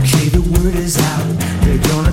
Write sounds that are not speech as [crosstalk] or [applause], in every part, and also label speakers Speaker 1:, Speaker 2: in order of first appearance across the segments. Speaker 1: Okay, the word is out. They're gonna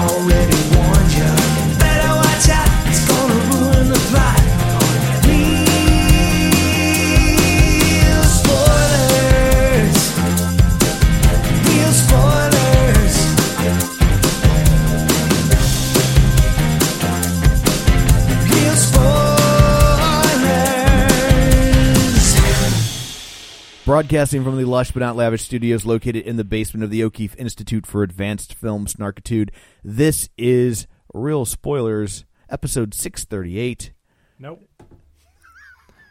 Speaker 1: already warned you. Better watch out, it's gonna ruin the plot. Real spoilers. Real spoilers. Real spoilers.
Speaker 2: Broadcasting from the lush but not lavish studios located in the basement of the O'Keefe Institute for Advanced Film Snarkitude, this is Real Spoilers, episode 638.
Speaker 3: Nope.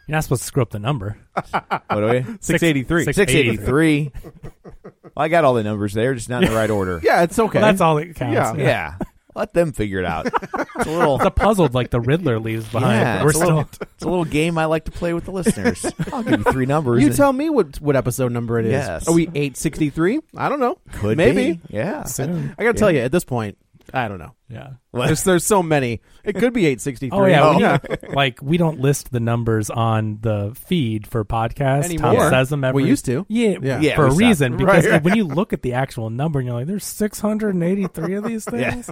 Speaker 3: You're not supposed to screw up the number.
Speaker 4: Uh,
Speaker 2: What are we?
Speaker 4: [laughs]
Speaker 3: 683.
Speaker 2: 683. Well, I got all the numbers there, just not in the right order.
Speaker 4: [laughs] Yeah, it's okay.
Speaker 3: Well, that's all that counts.
Speaker 4: Yeah.
Speaker 2: Yeah. Let them figure it out. It's a little.
Speaker 3: [laughs] It's a puzzled like the Riddler leaves behind.
Speaker 2: Yeah,
Speaker 3: but We're
Speaker 2: it's, a little,
Speaker 3: still
Speaker 2: it's a little game I like to play with the listeners.
Speaker 4: [laughs]
Speaker 2: I'll give you three numbers.
Speaker 4: You
Speaker 2: and-
Speaker 4: tell me what what episode number it is.
Speaker 2: Yes.
Speaker 4: Are we eight sixty three? I don't know.
Speaker 2: Could
Speaker 4: maybe.
Speaker 2: be. Yeah.
Speaker 4: I gotta tell you, at this point, I don't know.
Speaker 3: yeah.
Speaker 4: There's, there's so many. It could be eight sixty three.
Speaker 3: Oh yeah, we need- like we don't list the numbers on the feed for podcasts. Tom
Speaker 4: Anymore.
Speaker 3: says them every.
Speaker 4: We used to.
Speaker 3: Yeah,
Speaker 4: Yeah.
Speaker 2: Yeah,
Speaker 3: for
Speaker 2: we
Speaker 3: a
Speaker 2: stopped.
Speaker 3: reason because
Speaker 4: Right.
Speaker 3: when you look at the actual number and you're like, there's 683 of
Speaker 4: [laughs]
Speaker 3: these
Speaker 2: Yeah.
Speaker 3: things.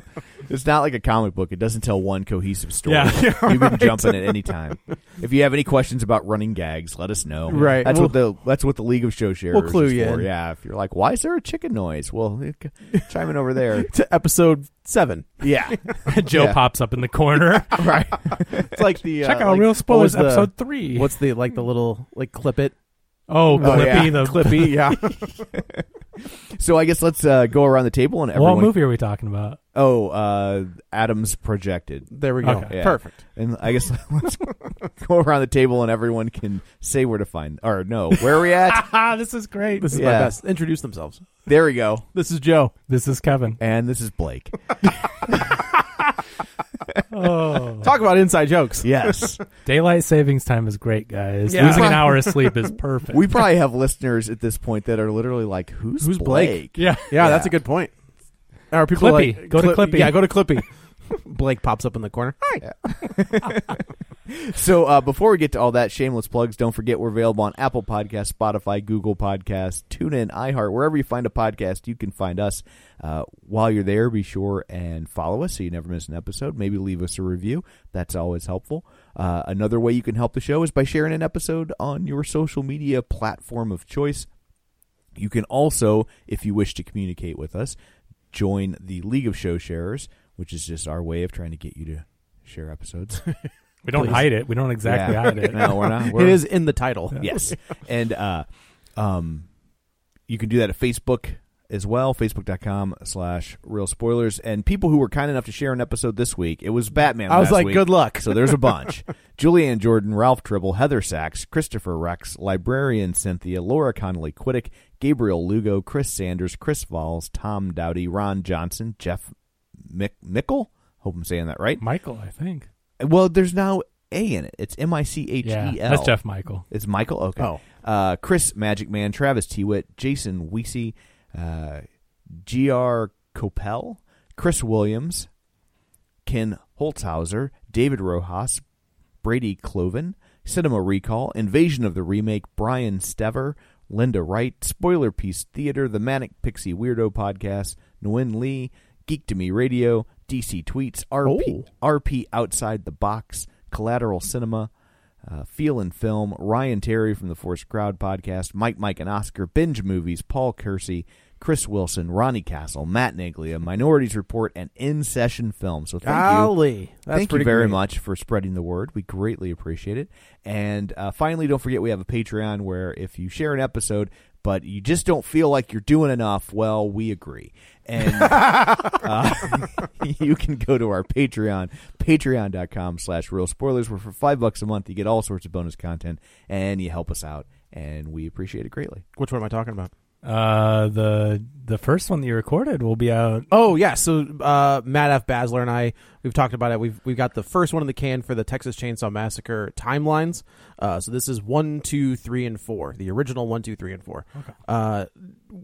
Speaker 2: It's not like a comic book. It doesn't tell one cohesive story.
Speaker 4: [laughs]
Speaker 3: Yeah, yeah,
Speaker 2: you can jump in at any time. If you have any questions about running gags, let us know.
Speaker 4: Right.
Speaker 2: That's what the that's what the League of Show Sharers
Speaker 4: We'll clue
Speaker 2: is
Speaker 4: you
Speaker 2: for.
Speaker 4: in.
Speaker 2: Yeah. If you're like, why is there a chicken noise? Well, [laughs] it- chime in over
Speaker 4: [laughs]
Speaker 2: there.
Speaker 4: to episode seven.
Speaker 2: Yeah.
Speaker 3: Joe
Speaker 2: Yeah.
Speaker 3: pops up in the corner.
Speaker 2: right.
Speaker 4: [laughs] It's like the
Speaker 3: Check
Speaker 4: uh,
Speaker 3: out
Speaker 4: like-
Speaker 3: Real
Speaker 4: what
Speaker 3: Spoilers
Speaker 4: was the-
Speaker 3: episode three.
Speaker 4: What's the like the little like clip it
Speaker 3: oh, Clippy
Speaker 2: yeah. [laughs]
Speaker 3: the
Speaker 4: clippy? Yeah.
Speaker 2: So I guess let's uh, go around the table and everyone.
Speaker 3: What movie are we talking about?
Speaker 2: Oh, uh, Adams projected.
Speaker 4: There we go.
Speaker 3: Okay.
Speaker 2: Yeah.
Speaker 4: Perfect.
Speaker 2: And I guess [laughs] let's go around the table and everyone can say where to find or no, where are we
Speaker 4: [laughs]
Speaker 2: at?
Speaker 3: Ah, [laughs] this is great.
Speaker 4: This is
Speaker 2: Yeah.
Speaker 4: my best. Introduce themselves.
Speaker 2: there we go.
Speaker 4: This is Joe.
Speaker 3: This is Kevin.
Speaker 2: And this is
Speaker 4: [laughs]
Speaker 2: Blake.
Speaker 3: [laughs] Oh.
Speaker 4: Talk about inside jokes.
Speaker 2: Yes.
Speaker 3: Daylight savings time is great, guys. [laughs]
Speaker 4: Yeah.
Speaker 3: Losing an hour of sleep is perfect.
Speaker 2: We probably have listeners at this point that are literally like, "Who's,
Speaker 4: Who's
Speaker 2: Blake?"
Speaker 4: Blake?
Speaker 3: yeah.
Speaker 4: Yeah,
Speaker 2: Yeah.
Speaker 4: that's a good point. Are people
Speaker 3: Clippy.
Speaker 4: like-
Speaker 3: Go to Clippy.
Speaker 4: Yeah, go to Clippy. [laughs] Blake pops up in the corner.
Speaker 2: So uh, before we get to all that, shameless plugs. Don't forget we're available on Apple Podcasts, Spotify, Google Podcasts, TuneIn, iHeart, wherever you find a podcast, you can find us. Uh, while you're there, be sure and follow us so you never miss an episode. Maybe leave us a review. That's always helpful. Uh, another way you can help the show is by sharing an episode on your social media platform of choice. You can also, if you wish to communicate with us, join the League of Show Sharers, which is just our way of trying to get you to share episodes. [laughs]
Speaker 3: We don't hide it. We don't exactly
Speaker 2: Yeah.
Speaker 3: hide it.
Speaker 2: No, we're not.
Speaker 4: It
Speaker 2: We're-
Speaker 4: is in the title.
Speaker 2: yes, and uh, um, you can do that at Facebook as well, facebook.com slash real spoilers. And people who were kind enough to share an episode this week, it was Batman.
Speaker 4: I was
Speaker 2: last
Speaker 4: like,
Speaker 2: week.
Speaker 4: good luck.
Speaker 2: So there's a bunch: [laughs] Julianne Jordan, Ralph Tribble, Heather Sachs, Christopher Rex, librarian Cynthia, Laura Connolly Quiddick, Gabriel Lugo, Chris Sanders, Chris Valls, Tom Dowdy, Ron Johnson, Jeff Mick- Mickle. Hope I'm saying that right.
Speaker 3: Michael, I think.
Speaker 2: Well, there's now A in it. It's M I C H E
Speaker 3: Yeah,
Speaker 2: L.
Speaker 3: that's Jeff Michael.
Speaker 2: It's Michael. Okay.
Speaker 4: Oh.
Speaker 2: Uh, Chris Magic Man, Travis Tewitt, Jason Weesey, uh, G.R. Coppell, Chris Williams, Ken Holzhauser, David Rojas, Brady Cloven, Cinema Recall, Invasion of the Remake, Brian Stever, Linda Wright, Spoiler Piece Theater, The Manic Pixie Weirdo Podcast, Nguyen Lee, Geek to Me Radio, DC Tweets,
Speaker 4: Oh.
Speaker 2: RP, RP Outside the Box, Collateral Cinema, uh, Feel and Film, Ryan Terry from the Force Crowd Podcast, Mike, Mike, and Oscar, Binge Movies, Paul Kersey, Chris Wilson, Ronnie Castle, Matt Naglia, Minorities Report, and In Session Film. So thank you
Speaker 4: Golly, that's
Speaker 2: thank you
Speaker 4: pretty
Speaker 2: very
Speaker 4: great.
Speaker 2: much for spreading the word. We greatly appreciate it. And uh, finally, don't forget we have a Patreon where if you share an episode but you just don't feel like you're doing enough, well, we agree. And
Speaker 3: [laughs]
Speaker 2: uh, [laughs] you can go to our Patreon, patreon.com slash real spoilers, where for five bucks a month you get all sorts of bonus content and you help us out. And we appreciate it greatly.
Speaker 4: Which one am I talking about?
Speaker 3: Uh, the the first one that you recorded will be out.
Speaker 4: Oh yeah, so uh, Matt F. Basler and I we've talked about it. We've we've got the first one in the can for the Texas Chainsaw Massacre timelines. Uh, so this is one, two, three, and four. The original one, two, three, and four. Okay. Uh,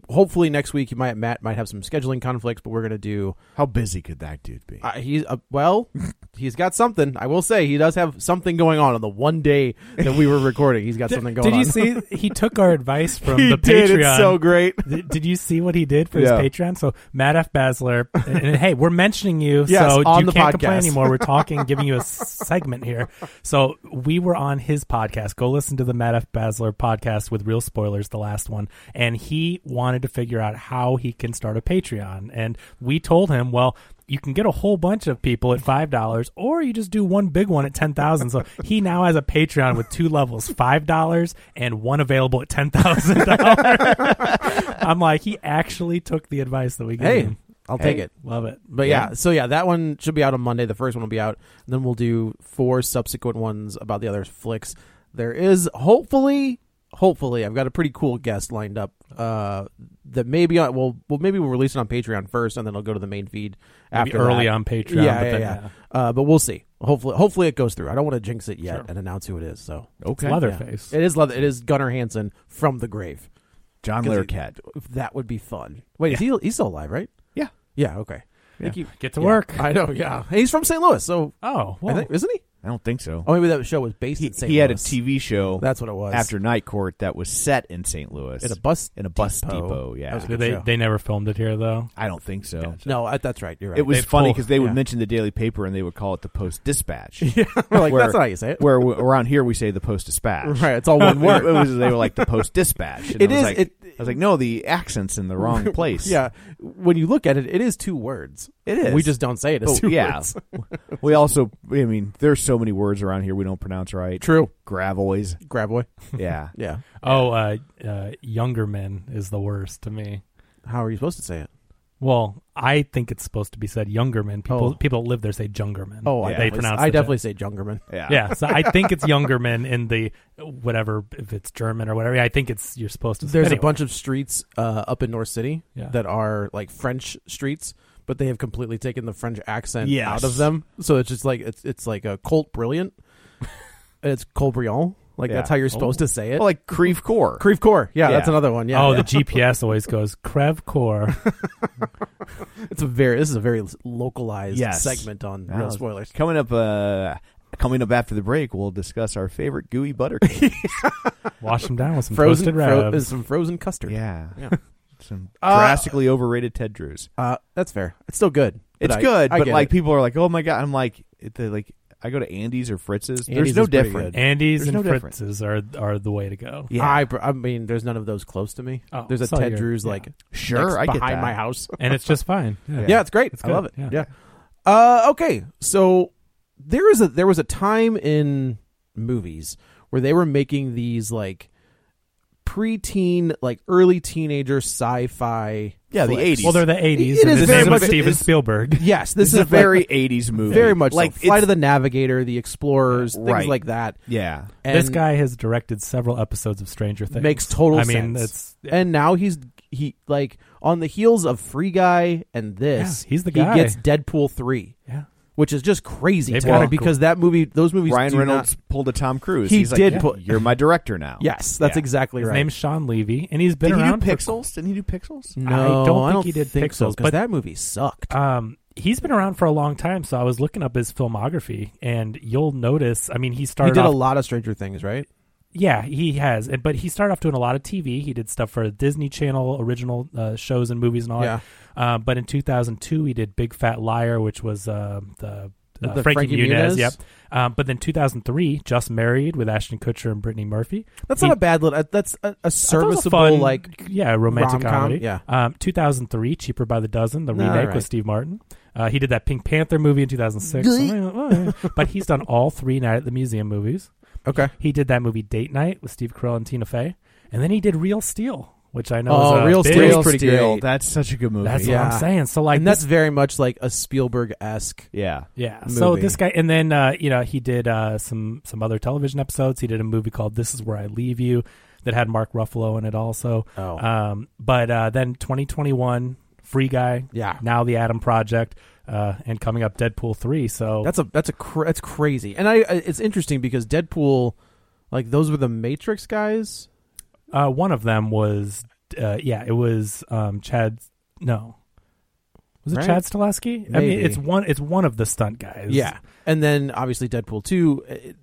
Speaker 4: hopefully next week you might Matt might have some scheduling conflicts, but we're gonna do.
Speaker 2: How busy could that dude be?
Speaker 4: Uh, he's uh, well, he's got something. I will say he does have something going on on the one day that
Speaker 3: [laughs]
Speaker 4: we were recording. He's got something going
Speaker 3: did
Speaker 4: on.
Speaker 3: you see? [laughs] He took our advice from
Speaker 4: he
Speaker 3: the
Speaker 4: did.
Speaker 3: Patreon.
Speaker 4: It's so great.
Speaker 3: Th- [laughs] Did you see what he did for
Speaker 2: Yeah.
Speaker 3: his Patreon? So Matt F. Basler, and, and hey, we're mentioning you,
Speaker 4: [laughs] Yes,
Speaker 3: so
Speaker 4: on
Speaker 3: you
Speaker 4: the
Speaker 3: can't
Speaker 4: podcast.
Speaker 3: complain anymore. We're
Speaker 4: [laughs]
Speaker 3: talking, giving you a s- segment here. So we were on his podcast. Go listen to the Matt F. Basler podcast with real spoilers, the last one. And he wanted to figure out how he can start a Patreon, and we told him, well. You can get a whole bunch of people at five dollars, or you just do one big one at ten thousand. So he now has a Patreon with two levels: five dollars and one available at ten thousand dollars. I'm like, he actually took the advice that we gave
Speaker 4: [laughs] Hey,
Speaker 3: him.
Speaker 4: I'll take it.
Speaker 3: Love it.
Speaker 4: But yeah. so yeah, that one should be out on Monday. The first one will be out. And then we'll do four subsequent ones about the other flicks. There is hopefully, hopefully, I've got a pretty cool guest lined up. Uh, that maybe I, well, well, maybe we'll release it on Patreon first, and then it'll go to the main feed
Speaker 3: Maybe
Speaker 4: after
Speaker 3: early
Speaker 4: that.
Speaker 3: on Patreon.
Speaker 4: Yeah,
Speaker 3: but
Speaker 4: yeah,
Speaker 3: then,
Speaker 4: yeah. Uh, but we'll see. Hopefully, hopefully it goes through. I don't want to jinx it yet
Speaker 3: Sure.
Speaker 4: and announce who it is. So
Speaker 3: It's
Speaker 2: Okay.
Speaker 3: Leatherface.
Speaker 4: it is leather. It is Gunnar Hansen from the grave.
Speaker 2: John
Speaker 4: 'Cause he-
Speaker 2: Learcat.
Speaker 4: That would be fun. Wait, is he? He's still alive, right?
Speaker 2: Yeah.
Speaker 4: Yeah. Okay. I think he-
Speaker 3: Get to
Speaker 4: yeah.
Speaker 3: work.
Speaker 4: I know. Yeah. He's from St. Louis, so
Speaker 3: Oh,
Speaker 4: I
Speaker 3: well,
Speaker 4: think, isn't he?
Speaker 2: I don't think so.
Speaker 4: Oh, maybe that show was based
Speaker 2: he
Speaker 4: in St.
Speaker 2: he
Speaker 4: Louis.
Speaker 2: had a TV show.
Speaker 4: That's what it was.
Speaker 2: after Night Court that was set in St. Louis
Speaker 4: in a bus
Speaker 2: in a bus depot.
Speaker 4: depot.
Speaker 2: yeah,
Speaker 4: That was a
Speaker 3: Did
Speaker 4: good
Speaker 3: they,
Speaker 4: show.
Speaker 3: they never filmed it here, though.
Speaker 2: I don't think so.
Speaker 4: No, I, that's right. You're right.
Speaker 2: It was
Speaker 3: They'd
Speaker 2: funny
Speaker 3: pull-
Speaker 2: because they would
Speaker 4: yeah.
Speaker 2: mention the Daily Paper and they would call it the Post
Speaker 4: [laughs]
Speaker 2: Dispatch.
Speaker 4: We're like,
Speaker 2: Where-
Speaker 4: that's not how you say it.
Speaker 2: Where we, around here we say the Post Dispatch.
Speaker 4: [laughs] Right, it's all one word.
Speaker 2: [laughs] It was, they were like the Post Dispatch. And
Speaker 4: It
Speaker 2: I was
Speaker 4: is-
Speaker 2: Like,
Speaker 4: it-
Speaker 2: I was like, no, the accent's in the wrong place.
Speaker 4: [laughs] Yeah, when you look at it, it is two words.
Speaker 2: It is.
Speaker 4: We just don't say it Oh,
Speaker 2: But,
Speaker 4: as two
Speaker 2: Oh, yeah.
Speaker 4: words.
Speaker 2: [laughs] we also, I mean, there's so many words around here we don't pronounce right.
Speaker 4: True. [laughs]
Speaker 2: Gravois.
Speaker 4: Graboy.
Speaker 2: Yeah.
Speaker 4: Yeah.
Speaker 3: Oh, uh, uh, Younger Men is the worst to me.
Speaker 4: How are you supposed to say it?
Speaker 3: Well, I think it's supposed to be said Younger Men. People
Speaker 4: Oh.
Speaker 3: people that live there say Junger Men.
Speaker 4: Oh, I
Speaker 3: they
Speaker 4: definitely,
Speaker 3: pronounce
Speaker 4: I
Speaker 3: the J.
Speaker 4: definitely say Jungerman.
Speaker 2: Yeah.
Speaker 3: Yeah, so I think it's Younger Men in the whatever if it's German or whatever. I think it's you're supposed to.
Speaker 4: There's
Speaker 3: anyway.
Speaker 4: a bunch of streets uh, up in North City
Speaker 3: Yeah.
Speaker 4: that are like French streets, but they have completely taken the French accent
Speaker 2: Yes.
Speaker 4: out of them. So it's just like it's it's like a
Speaker 2: [laughs]
Speaker 4: Colt Brilliant. it's Colt Brillant. Like
Speaker 2: Yeah. Oh.
Speaker 4: that's how you're supposed to say it.
Speaker 2: Well, like Creve Core.
Speaker 4: Creve Core. Yeah,
Speaker 2: Yeah.
Speaker 4: that's another one. Yeah.
Speaker 3: oh,
Speaker 4: yeah.
Speaker 3: the GPS always goes Crev Core.
Speaker 4: it's a very this is a very localized
Speaker 2: Yes.
Speaker 4: segment on
Speaker 2: Wow.
Speaker 4: real spoilers.
Speaker 2: Coming up, uh, coming up after the break, we'll discuss our favorite gooey
Speaker 4: [laughs]
Speaker 2: butter cake.
Speaker 3: Wash them down with some
Speaker 4: Frozen
Speaker 3: frozen
Speaker 4: fro-
Speaker 3: rubs.
Speaker 4: is some frozen custard.
Speaker 2: yeah,
Speaker 4: Yeah.
Speaker 2: [laughs] some
Speaker 4: Uh,
Speaker 2: drastically overrated Ted Drews.
Speaker 4: Uh, that's fair. It's still good. but
Speaker 2: It's
Speaker 4: I-
Speaker 2: good,
Speaker 4: I
Speaker 2: but
Speaker 4: get
Speaker 2: like
Speaker 4: it.
Speaker 2: people are like, "Oh my god!" I'm like, it- they like I go to Andy's or Fritz's.
Speaker 4: Andy's
Speaker 2: There's no
Speaker 4: is pretty
Speaker 2: difference.
Speaker 4: good.
Speaker 3: Andy's
Speaker 2: There's
Speaker 3: and
Speaker 2: no difference.
Speaker 3: Fritz's are are the way to go.
Speaker 2: Yeah.
Speaker 4: I, pr- I mean, there's none of those close to me.
Speaker 3: Oh,
Speaker 4: there's a
Speaker 3: so
Speaker 4: Ted
Speaker 3: you're-
Speaker 4: Drews
Speaker 3: yeah.
Speaker 4: like
Speaker 2: Sure,
Speaker 4: next
Speaker 2: I get
Speaker 4: behind
Speaker 2: that.
Speaker 4: my house.
Speaker 3: and it's just fine. Yeah.
Speaker 4: Yeah, it's great. I
Speaker 3: good.
Speaker 4: love it. Yeah.
Speaker 3: Yeah.
Speaker 4: Uh, okay, so there is a there was a time in movies where they were making these like preteen, like early teenager sci-fi.
Speaker 2: Yeah, the
Speaker 4: flicks.
Speaker 2: 80s.
Speaker 3: Well, they're the '80s.
Speaker 4: It
Speaker 3: and
Speaker 4: is
Speaker 3: this
Speaker 4: very
Speaker 3: is what
Speaker 4: much-
Speaker 3: Steven
Speaker 4: it's-
Speaker 3: Spielberg.
Speaker 4: Yes,
Speaker 2: This, is
Speaker 4: this
Speaker 2: a
Speaker 4: is like-
Speaker 2: very '80s movie.
Speaker 4: very much
Speaker 2: like
Speaker 4: like so. Flight
Speaker 2: it's-
Speaker 4: of the Navigator, the Explorers,
Speaker 2: Right.
Speaker 4: things like that.
Speaker 2: yeah.
Speaker 3: [laughs]
Speaker 4: And
Speaker 3: this guy has directed several episodes of Stranger Things.
Speaker 4: makes total.
Speaker 3: I mean,
Speaker 4: sense.
Speaker 3: it's
Speaker 4: and now he's he like on the heels of Free Guy and this.
Speaker 3: Yeah, he's the
Speaker 4: He
Speaker 3: guy.
Speaker 4: gets Deadpool three.
Speaker 3: yeah.
Speaker 4: which is just crazy
Speaker 3: They've
Speaker 4: to me
Speaker 3: got a-
Speaker 4: because that movie, those movies,
Speaker 2: Ryan
Speaker 4: do
Speaker 2: Reynolds
Speaker 4: Not,
Speaker 2: pulled a Tom Cruise.
Speaker 4: He
Speaker 2: He's
Speaker 4: did
Speaker 2: Like,
Speaker 4: put-
Speaker 2: You're my director now.
Speaker 4: yes, that's
Speaker 3: Yeah.
Speaker 4: exactly
Speaker 3: His
Speaker 4: right.
Speaker 3: name's Sean Levy, and he's been
Speaker 2: Did he do
Speaker 3: around for-
Speaker 2: Pixels? Didn't he do Pixels?
Speaker 4: no,
Speaker 3: I don't think
Speaker 4: I don't
Speaker 3: he did
Speaker 4: think so,
Speaker 3: Pixels,
Speaker 4: 'cause
Speaker 3: but-
Speaker 4: that movie sucked.
Speaker 3: um, he's been around for a long time, so I was looking up his filmography, and you'll notice. I mean, he
Speaker 4: he
Speaker 3: started
Speaker 4: did
Speaker 3: off,
Speaker 4: a lot of Stranger Things, right?
Speaker 3: Yeah, he has, and- but he started off doing a lot of TV. He did stuff for Disney Channel original uh, shows and movies and all
Speaker 4: Yeah.
Speaker 3: that. Uh, but in 2002, he did Big Fat Liar, which was uh, the. Uh,
Speaker 4: The
Speaker 3: Frankie,
Speaker 4: Frankie
Speaker 3: Muniz,
Speaker 4: Muniz?
Speaker 3: yep. Um, but then 2003, Just Married with Ashton Kutcher and Brittany Murphy.
Speaker 4: That's
Speaker 3: He-
Speaker 4: not a bad little. uh, That's a, a
Speaker 3: I thought it was a
Speaker 4: serviceable
Speaker 3: fun,
Speaker 4: like.
Speaker 3: yeah romantic
Speaker 4: rom-com,
Speaker 3: comedy.
Speaker 4: yeah.
Speaker 3: Um, 2003, Cheaper by the Dozen, the
Speaker 4: No,
Speaker 3: remake
Speaker 4: right.
Speaker 3: with Steve Martin. Uh, he did that Pink Panther movie in
Speaker 4: [laughs]
Speaker 3: 2006. oh, but he's done all three Night at the Museum movies.
Speaker 4: Okay.
Speaker 3: He did that movie Date Night with Steve Carell and Tina Fey, and then he did Real Steel, which I know
Speaker 4: Oh,
Speaker 3: is a
Speaker 4: Real
Speaker 3: big-
Speaker 4: Steel
Speaker 2: Pretty
Speaker 4: Steel.
Speaker 2: Girl. That's such a good movie.
Speaker 3: That's
Speaker 2: yeah.
Speaker 3: what
Speaker 4: Yeah.
Speaker 3: I'm saying. So like
Speaker 4: and that's
Speaker 3: this,
Speaker 4: very much like a Spielberg esque.
Speaker 2: yeah.
Speaker 3: yeah. So
Speaker 4: movie.
Speaker 3: this guy, and then uh, you know he did uh, some some other television episodes. He did a movie called This Is Where I Leave You that had Mark Ruffalo in it also.
Speaker 4: Oh.
Speaker 3: um, but uh, then 2021 Free Guy,
Speaker 4: Yeah.
Speaker 3: Now the Adam Project, uh, and coming up Deadpool three. So
Speaker 4: That's a that's a cra- that's crazy. And I uh, it's interesting because Deadpool, like those were the Matrix guys.
Speaker 3: uh, one of them was uh, yeah, it was um, Chad. No. Was it
Speaker 4: Right?
Speaker 3: Chad Stileski? I mean,
Speaker 4: Maybe.
Speaker 3: it's one. It's one of the stunt guys.
Speaker 4: Yeah, and then obviously Deadpool two. It,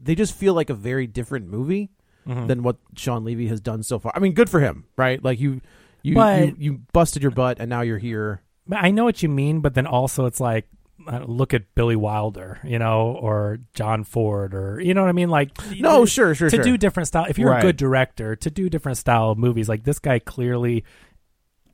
Speaker 4: they just feel like a very different movie
Speaker 3: Mm-hmm.
Speaker 4: than what Sean Levy has done so far. I mean, good for him, right? Like you, you, you,
Speaker 3: But-
Speaker 4: you busted your butt, and now you're here.
Speaker 3: But I know what you mean, but then also it's like, uh, look at Billy Wilder, you know, or John Ford, or you know what I mean. Like,
Speaker 4: No,
Speaker 3: to-
Speaker 4: sure, sure,
Speaker 3: to
Speaker 4: sure.
Speaker 3: do different style. If you're
Speaker 2: Right.
Speaker 3: a good director, to do different style of movies, like this guy clearly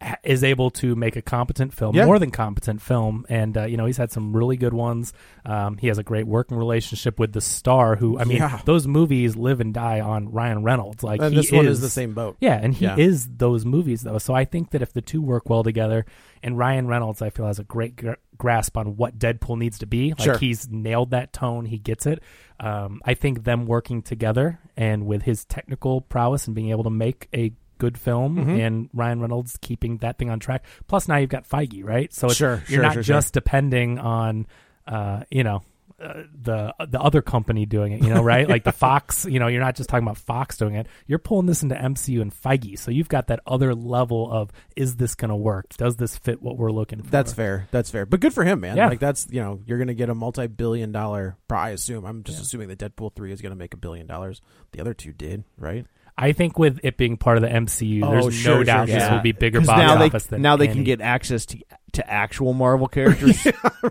Speaker 3: ha- is able to make a competent film,
Speaker 4: Yeah.
Speaker 3: more than competent film, and uh, you know he's had some really good ones. Um, he has a great working relationship with the star, who I mean,
Speaker 4: Yeah.
Speaker 3: those movies live and die on Ryan Reynolds. Like,
Speaker 4: And
Speaker 3: he
Speaker 4: this one is the same boat.
Speaker 3: yeah, and he
Speaker 4: Yeah.
Speaker 3: is those movies though. So I think that if the two work well together, and Ryan Reynolds, I feel has a great gr- grasp on what Deadpool needs to be. Like
Speaker 4: Sure.
Speaker 3: he's nailed that tone. He gets it. Um, I think them working together and with his technical prowess and being able to make a good film
Speaker 4: Mm-hmm.
Speaker 3: and Ryan Reynolds keeping that thing on track. Plus now you've got Feige, right? So it's,
Speaker 4: Sure,
Speaker 3: you're
Speaker 4: sure,
Speaker 3: not
Speaker 4: sure, sure.
Speaker 3: just depending on, uh, you know. Uh, the the other company doing it, you know, right? Like the Fox, you know, you're not just talking about Fox doing it. You're pulling this into MCU and Feige, so you've got that other level of is this going to work? Does this fit what we're looking for?
Speaker 4: That's fair. That's fair. But good for him, man.
Speaker 3: Yeah.
Speaker 4: Like that's you know you're gonna get a multi-billion dollar. pro- I assume. I'm just assuming that Deadpool three is gonna make a billion dollars. The other two did, right?
Speaker 3: I think with it being part of the MCU,
Speaker 4: Oh,
Speaker 3: there's
Speaker 4: sure,
Speaker 3: no
Speaker 4: sure,
Speaker 3: doubt this
Speaker 4: sure.
Speaker 3: will be bigger
Speaker 2: 'Cause
Speaker 3: box
Speaker 2: now they,
Speaker 3: office than
Speaker 2: now they
Speaker 3: any.
Speaker 2: can get access to to actual Marvel
Speaker 3: [laughs]
Speaker 2: characters.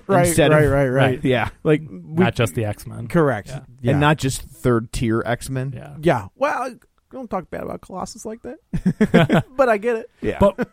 Speaker 4: right,
Speaker 2: instead
Speaker 4: right,
Speaker 2: of,
Speaker 4: right, right.
Speaker 2: Yeah, like
Speaker 3: not just the X Men.
Speaker 4: Correct.
Speaker 3: Yeah.
Speaker 4: Yeah.
Speaker 2: and not just third tier X Men.
Speaker 3: Yeah.
Speaker 4: Yeah. Well, don't talk bad about Colossus like that. but I get it.
Speaker 2: Yeah.
Speaker 3: but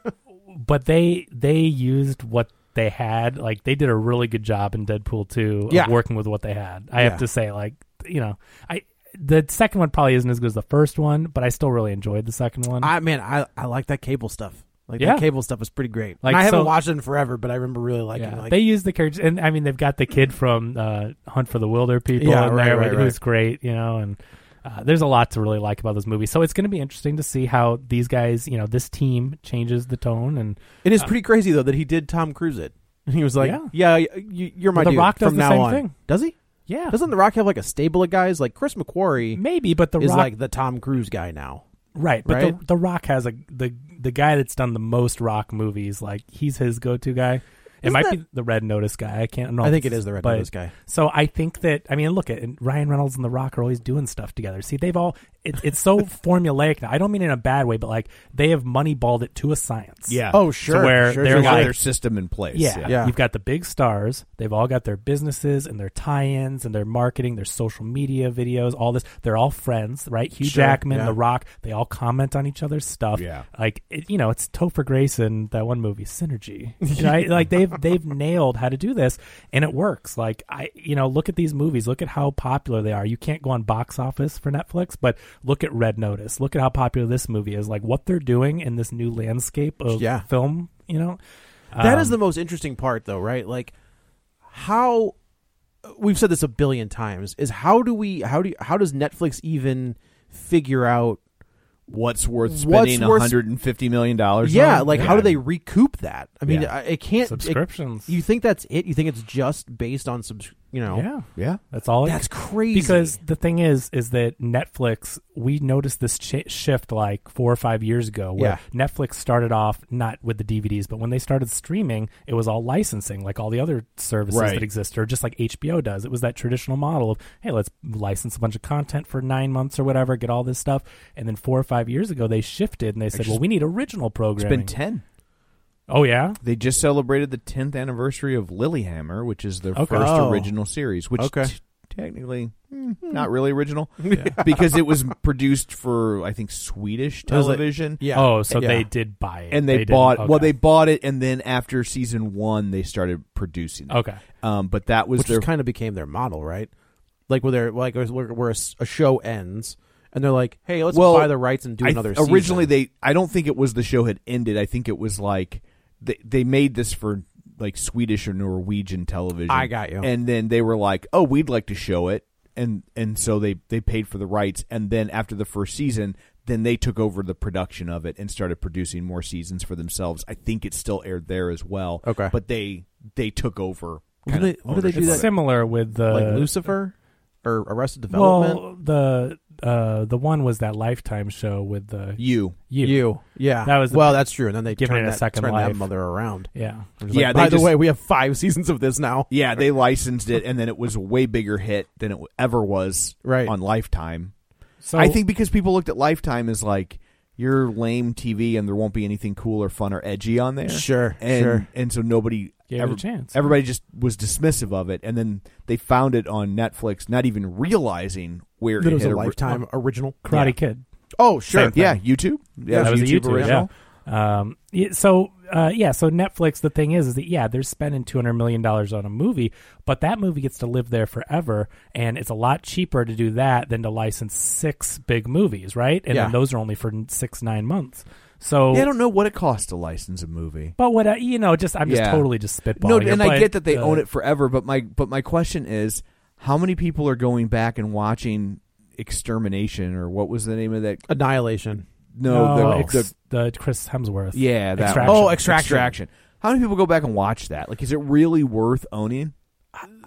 Speaker 3: but they they used what they had like they did a really good job in deadpool 2 of
Speaker 4: Yeah.
Speaker 3: working with what they had i
Speaker 4: Yeah.
Speaker 3: have to say like you know i the second one probably isn't as good as the first one but i still really enjoyed the second one
Speaker 4: I man, I I like that cable stuff. Like
Speaker 3: Yeah.
Speaker 4: that cable stuff is pretty great.
Speaker 3: Like,
Speaker 4: and I haven't
Speaker 3: so-
Speaker 4: watched it in forever, but I remember really liking.
Speaker 3: yeah,
Speaker 4: Like,
Speaker 3: they use the characters, and I mean they've got the kid from uh, Hunt for the Wilder People
Speaker 4: Yeah,
Speaker 3: in
Speaker 4: right,
Speaker 3: there,
Speaker 4: right,
Speaker 3: who's
Speaker 4: right.
Speaker 3: great, you know. And uh, there's a lot to really like about this movie, so it's going to be interesting to see how these guys, you know, this team changes the tone. And
Speaker 4: it is pretty crazy though that he did Tom Cruise it. [laughs] He was like, "Yeah, you, you're my
Speaker 3: Well, The
Speaker 4: dude
Speaker 3: Rock does
Speaker 4: from
Speaker 3: the
Speaker 4: now
Speaker 3: same
Speaker 4: on."
Speaker 3: thing.
Speaker 4: Does he?
Speaker 3: yeah,
Speaker 4: Doesn't The Rock have like a stable of guys? Like Chris McQuarrie
Speaker 3: maybe, but the
Speaker 4: is
Speaker 3: Rock
Speaker 4: like the Tom Cruise guy now.
Speaker 3: Right, but
Speaker 4: right?
Speaker 3: The, the Rock has a the the guy that's done the most Rock movies. Like he's his go to guy. It
Speaker 4: Isn't
Speaker 3: might
Speaker 4: that-
Speaker 3: be the Red Notice guy. I can't know.
Speaker 4: I
Speaker 3: if
Speaker 4: think it
Speaker 3: it's-
Speaker 4: is the Red
Speaker 3: but-
Speaker 4: Notice guy.
Speaker 3: So I think that I mean, look at and Ryan Reynolds and The Rock are always doing stuff together. See, they've all it, it's so [laughs] formulaic. Now. I don't mean in a bad way, but like they have moneyballed it to a science.
Speaker 2: Yeah.
Speaker 4: Oh, sure,
Speaker 3: To where
Speaker 4: sure,
Speaker 3: they're
Speaker 4: sure,
Speaker 2: They got
Speaker 3: like
Speaker 2: their system in place.
Speaker 3: yeah.
Speaker 4: Yeah.
Speaker 3: You've got the big stars. They've all got their businesses and their tie-ins and their marketing, their social media videos, all this. They're all friends, right? Hugh
Speaker 4: Sure,
Speaker 3: Jackman,
Speaker 4: yeah.
Speaker 3: The Rock, they all comment on each other's stuff.
Speaker 2: Yeah.
Speaker 3: Like it, you know, it's Topher Grayson that one movie
Speaker 4: [laughs]
Speaker 3: Synergy. Right? like they've they've nailed how to do this and it works. Like I you know, look at these movies, look at how popular they are. You can't go on box office for Netflix, but look at Red Notice. Look at how popular this movie is. Like what they're doing in this new landscape of
Speaker 4: Yeah.
Speaker 3: film, you know.
Speaker 4: That is the most interesting part, though, right? Like how we've said this a billion times is how do we how do you, how does Netflix even figure out
Speaker 2: what's worth
Speaker 4: What's
Speaker 2: spending
Speaker 4: worth-
Speaker 2: 150 million dollars?
Speaker 4: yeah,
Speaker 2: on?
Speaker 4: like how do they recoup that? I mean,
Speaker 2: Yeah.
Speaker 4: I it can't it-
Speaker 3: Subscriptions.
Speaker 4: you think that's it? You think it's just based on subs? You know,
Speaker 3: yeah.
Speaker 2: yeah.
Speaker 3: That's all. it-
Speaker 4: that's crazy.
Speaker 3: because the thing is, is that Netflix. We noticed this sh- shift like four or five years ago, where Netflix started off not with the DVDs, but when they started streaming, it was all licensing, like all the other services
Speaker 2: Right.
Speaker 3: that exist, or just like HBO does. It was that traditional model of, hey, let's license a bunch of content for nine months or whatever, get all this stuff, and then four or five years ago, they shifted and they said, well, we need original
Speaker 2: It's
Speaker 3: programming.
Speaker 2: been 10.
Speaker 3: oh yeah,
Speaker 2: They just celebrated the 10th anniversary of Lilyhammer, which is their
Speaker 3: Okay.
Speaker 2: first
Speaker 4: Oh.
Speaker 2: original series, which
Speaker 4: Okay.
Speaker 2: t- technically mm, not really
Speaker 4: [laughs]
Speaker 2: original because it was produced for I think Swedish
Speaker 4: It was like-
Speaker 2: television.
Speaker 4: yeah.
Speaker 3: Oh, so
Speaker 4: Yeah.
Speaker 3: they did buy it,
Speaker 2: And they,
Speaker 3: didn't-
Speaker 2: bought well,
Speaker 3: okay.
Speaker 2: they bought it, and then after season one, they started producing. It.
Speaker 3: Okay.
Speaker 2: um, but that was
Speaker 4: which
Speaker 2: their
Speaker 4: kind of became their model, right? Like where they're like where, where a, s- a show ends, and they're like, "Hey, let's
Speaker 2: well,
Speaker 4: buy the rights and do
Speaker 2: I-
Speaker 4: another."
Speaker 2: Originally,
Speaker 4: season.
Speaker 2: they I don't think it was the show had ended. I think it was like they they made this for like Swedish or Norwegian television.
Speaker 4: I got you.
Speaker 2: And then they were like, "Oh, we'd like to show it," and and so they they paid for the rights. And then after the first season, then they took over the production of it and started producing more seasons for themselves. I think it still aired there as well.
Speaker 4: Okay.
Speaker 2: but they they took over.
Speaker 4: What
Speaker 2: kind
Speaker 4: do
Speaker 2: of
Speaker 4: they- what do they do
Speaker 2: ownership
Speaker 4: that-
Speaker 2: of it.
Speaker 3: similar with the
Speaker 4: like Lucifer or Arrested Development.
Speaker 3: Uh, Well, the uh, the one was that Lifetime show with the
Speaker 2: You
Speaker 3: you.
Speaker 4: you, yeah,
Speaker 3: That was the-
Speaker 4: well, that's true. And then they
Speaker 3: Giving
Speaker 4: turned
Speaker 3: it a
Speaker 4: that,
Speaker 3: second
Speaker 4: turned that
Speaker 3: life.
Speaker 4: mother around.
Speaker 3: Yeah.
Speaker 2: Yeah, they
Speaker 4: By the
Speaker 2: just-
Speaker 4: way, we have five [laughs] seasons of this now.
Speaker 2: Yeah, they licensed it, and then it was a way bigger hit than it w- ever was
Speaker 4: Right. Oh.
Speaker 2: on Lifetime.
Speaker 3: So
Speaker 2: I think because people looked at Lifetime as like you're lame TV, and there won't be anything cool or fun or edgy on there.
Speaker 4: Sure,
Speaker 2: and,
Speaker 4: sure.
Speaker 2: And so nobody
Speaker 3: Gave it a chance.
Speaker 2: Everybody just was dismissive of it, and then they found it on Netflix, not even realizing where
Speaker 4: That
Speaker 2: it
Speaker 4: was
Speaker 2: hit
Speaker 4: a lifetime original.
Speaker 3: Karate
Speaker 2: yeah.
Speaker 3: Kid.
Speaker 4: Oh, sure.
Speaker 2: Yeah, YouTube. Yeah,
Speaker 3: that
Speaker 2: it
Speaker 3: was
Speaker 2: was
Speaker 3: a
Speaker 2: YouTube,
Speaker 3: YouTube.
Speaker 2: original.
Speaker 3: Yeah. Um. yeah, So uh, yeah. So Netflix. The thing is, is that yeah, they're spending two hundred million dollars on a movie, but that movie gets to live there forever, and it's a lot cheaper to do that than to license six big movies, right? And
Speaker 4: Yeah.
Speaker 3: then those are only for six nine months. So.
Speaker 2: Yeah, I don't know what it costs to license a movie.
Speaker 3: but what I, you know, just I'm just
Speaker 2: Yeah.
Speaker 3: totally just spitballing.
Speaker 2: No,
Speaker 3: it,
Speaker 2: and I
Speaker 3: but,
Speaker 2: get that they
Speaker 3: uh,
Speaker 2: own it forever, but my but my question is, how many people are going back and watching Extermination or what was the name of that?
Speaker 4: Annihilation.
Speaker 2: No,
Speaker 3: No,
Speaker 2: the,
Speaker 3: ex-
Speaker 2: the
Speaker 3: the Chris Hemsworth.
Speaker 2: yeah, that
Speaker 3: Extraction.
Speaker 2: One.
Speaker 4: Oh, Extraction.
Speaker 2: How many people go back and watch that? Like, is it really worth owning?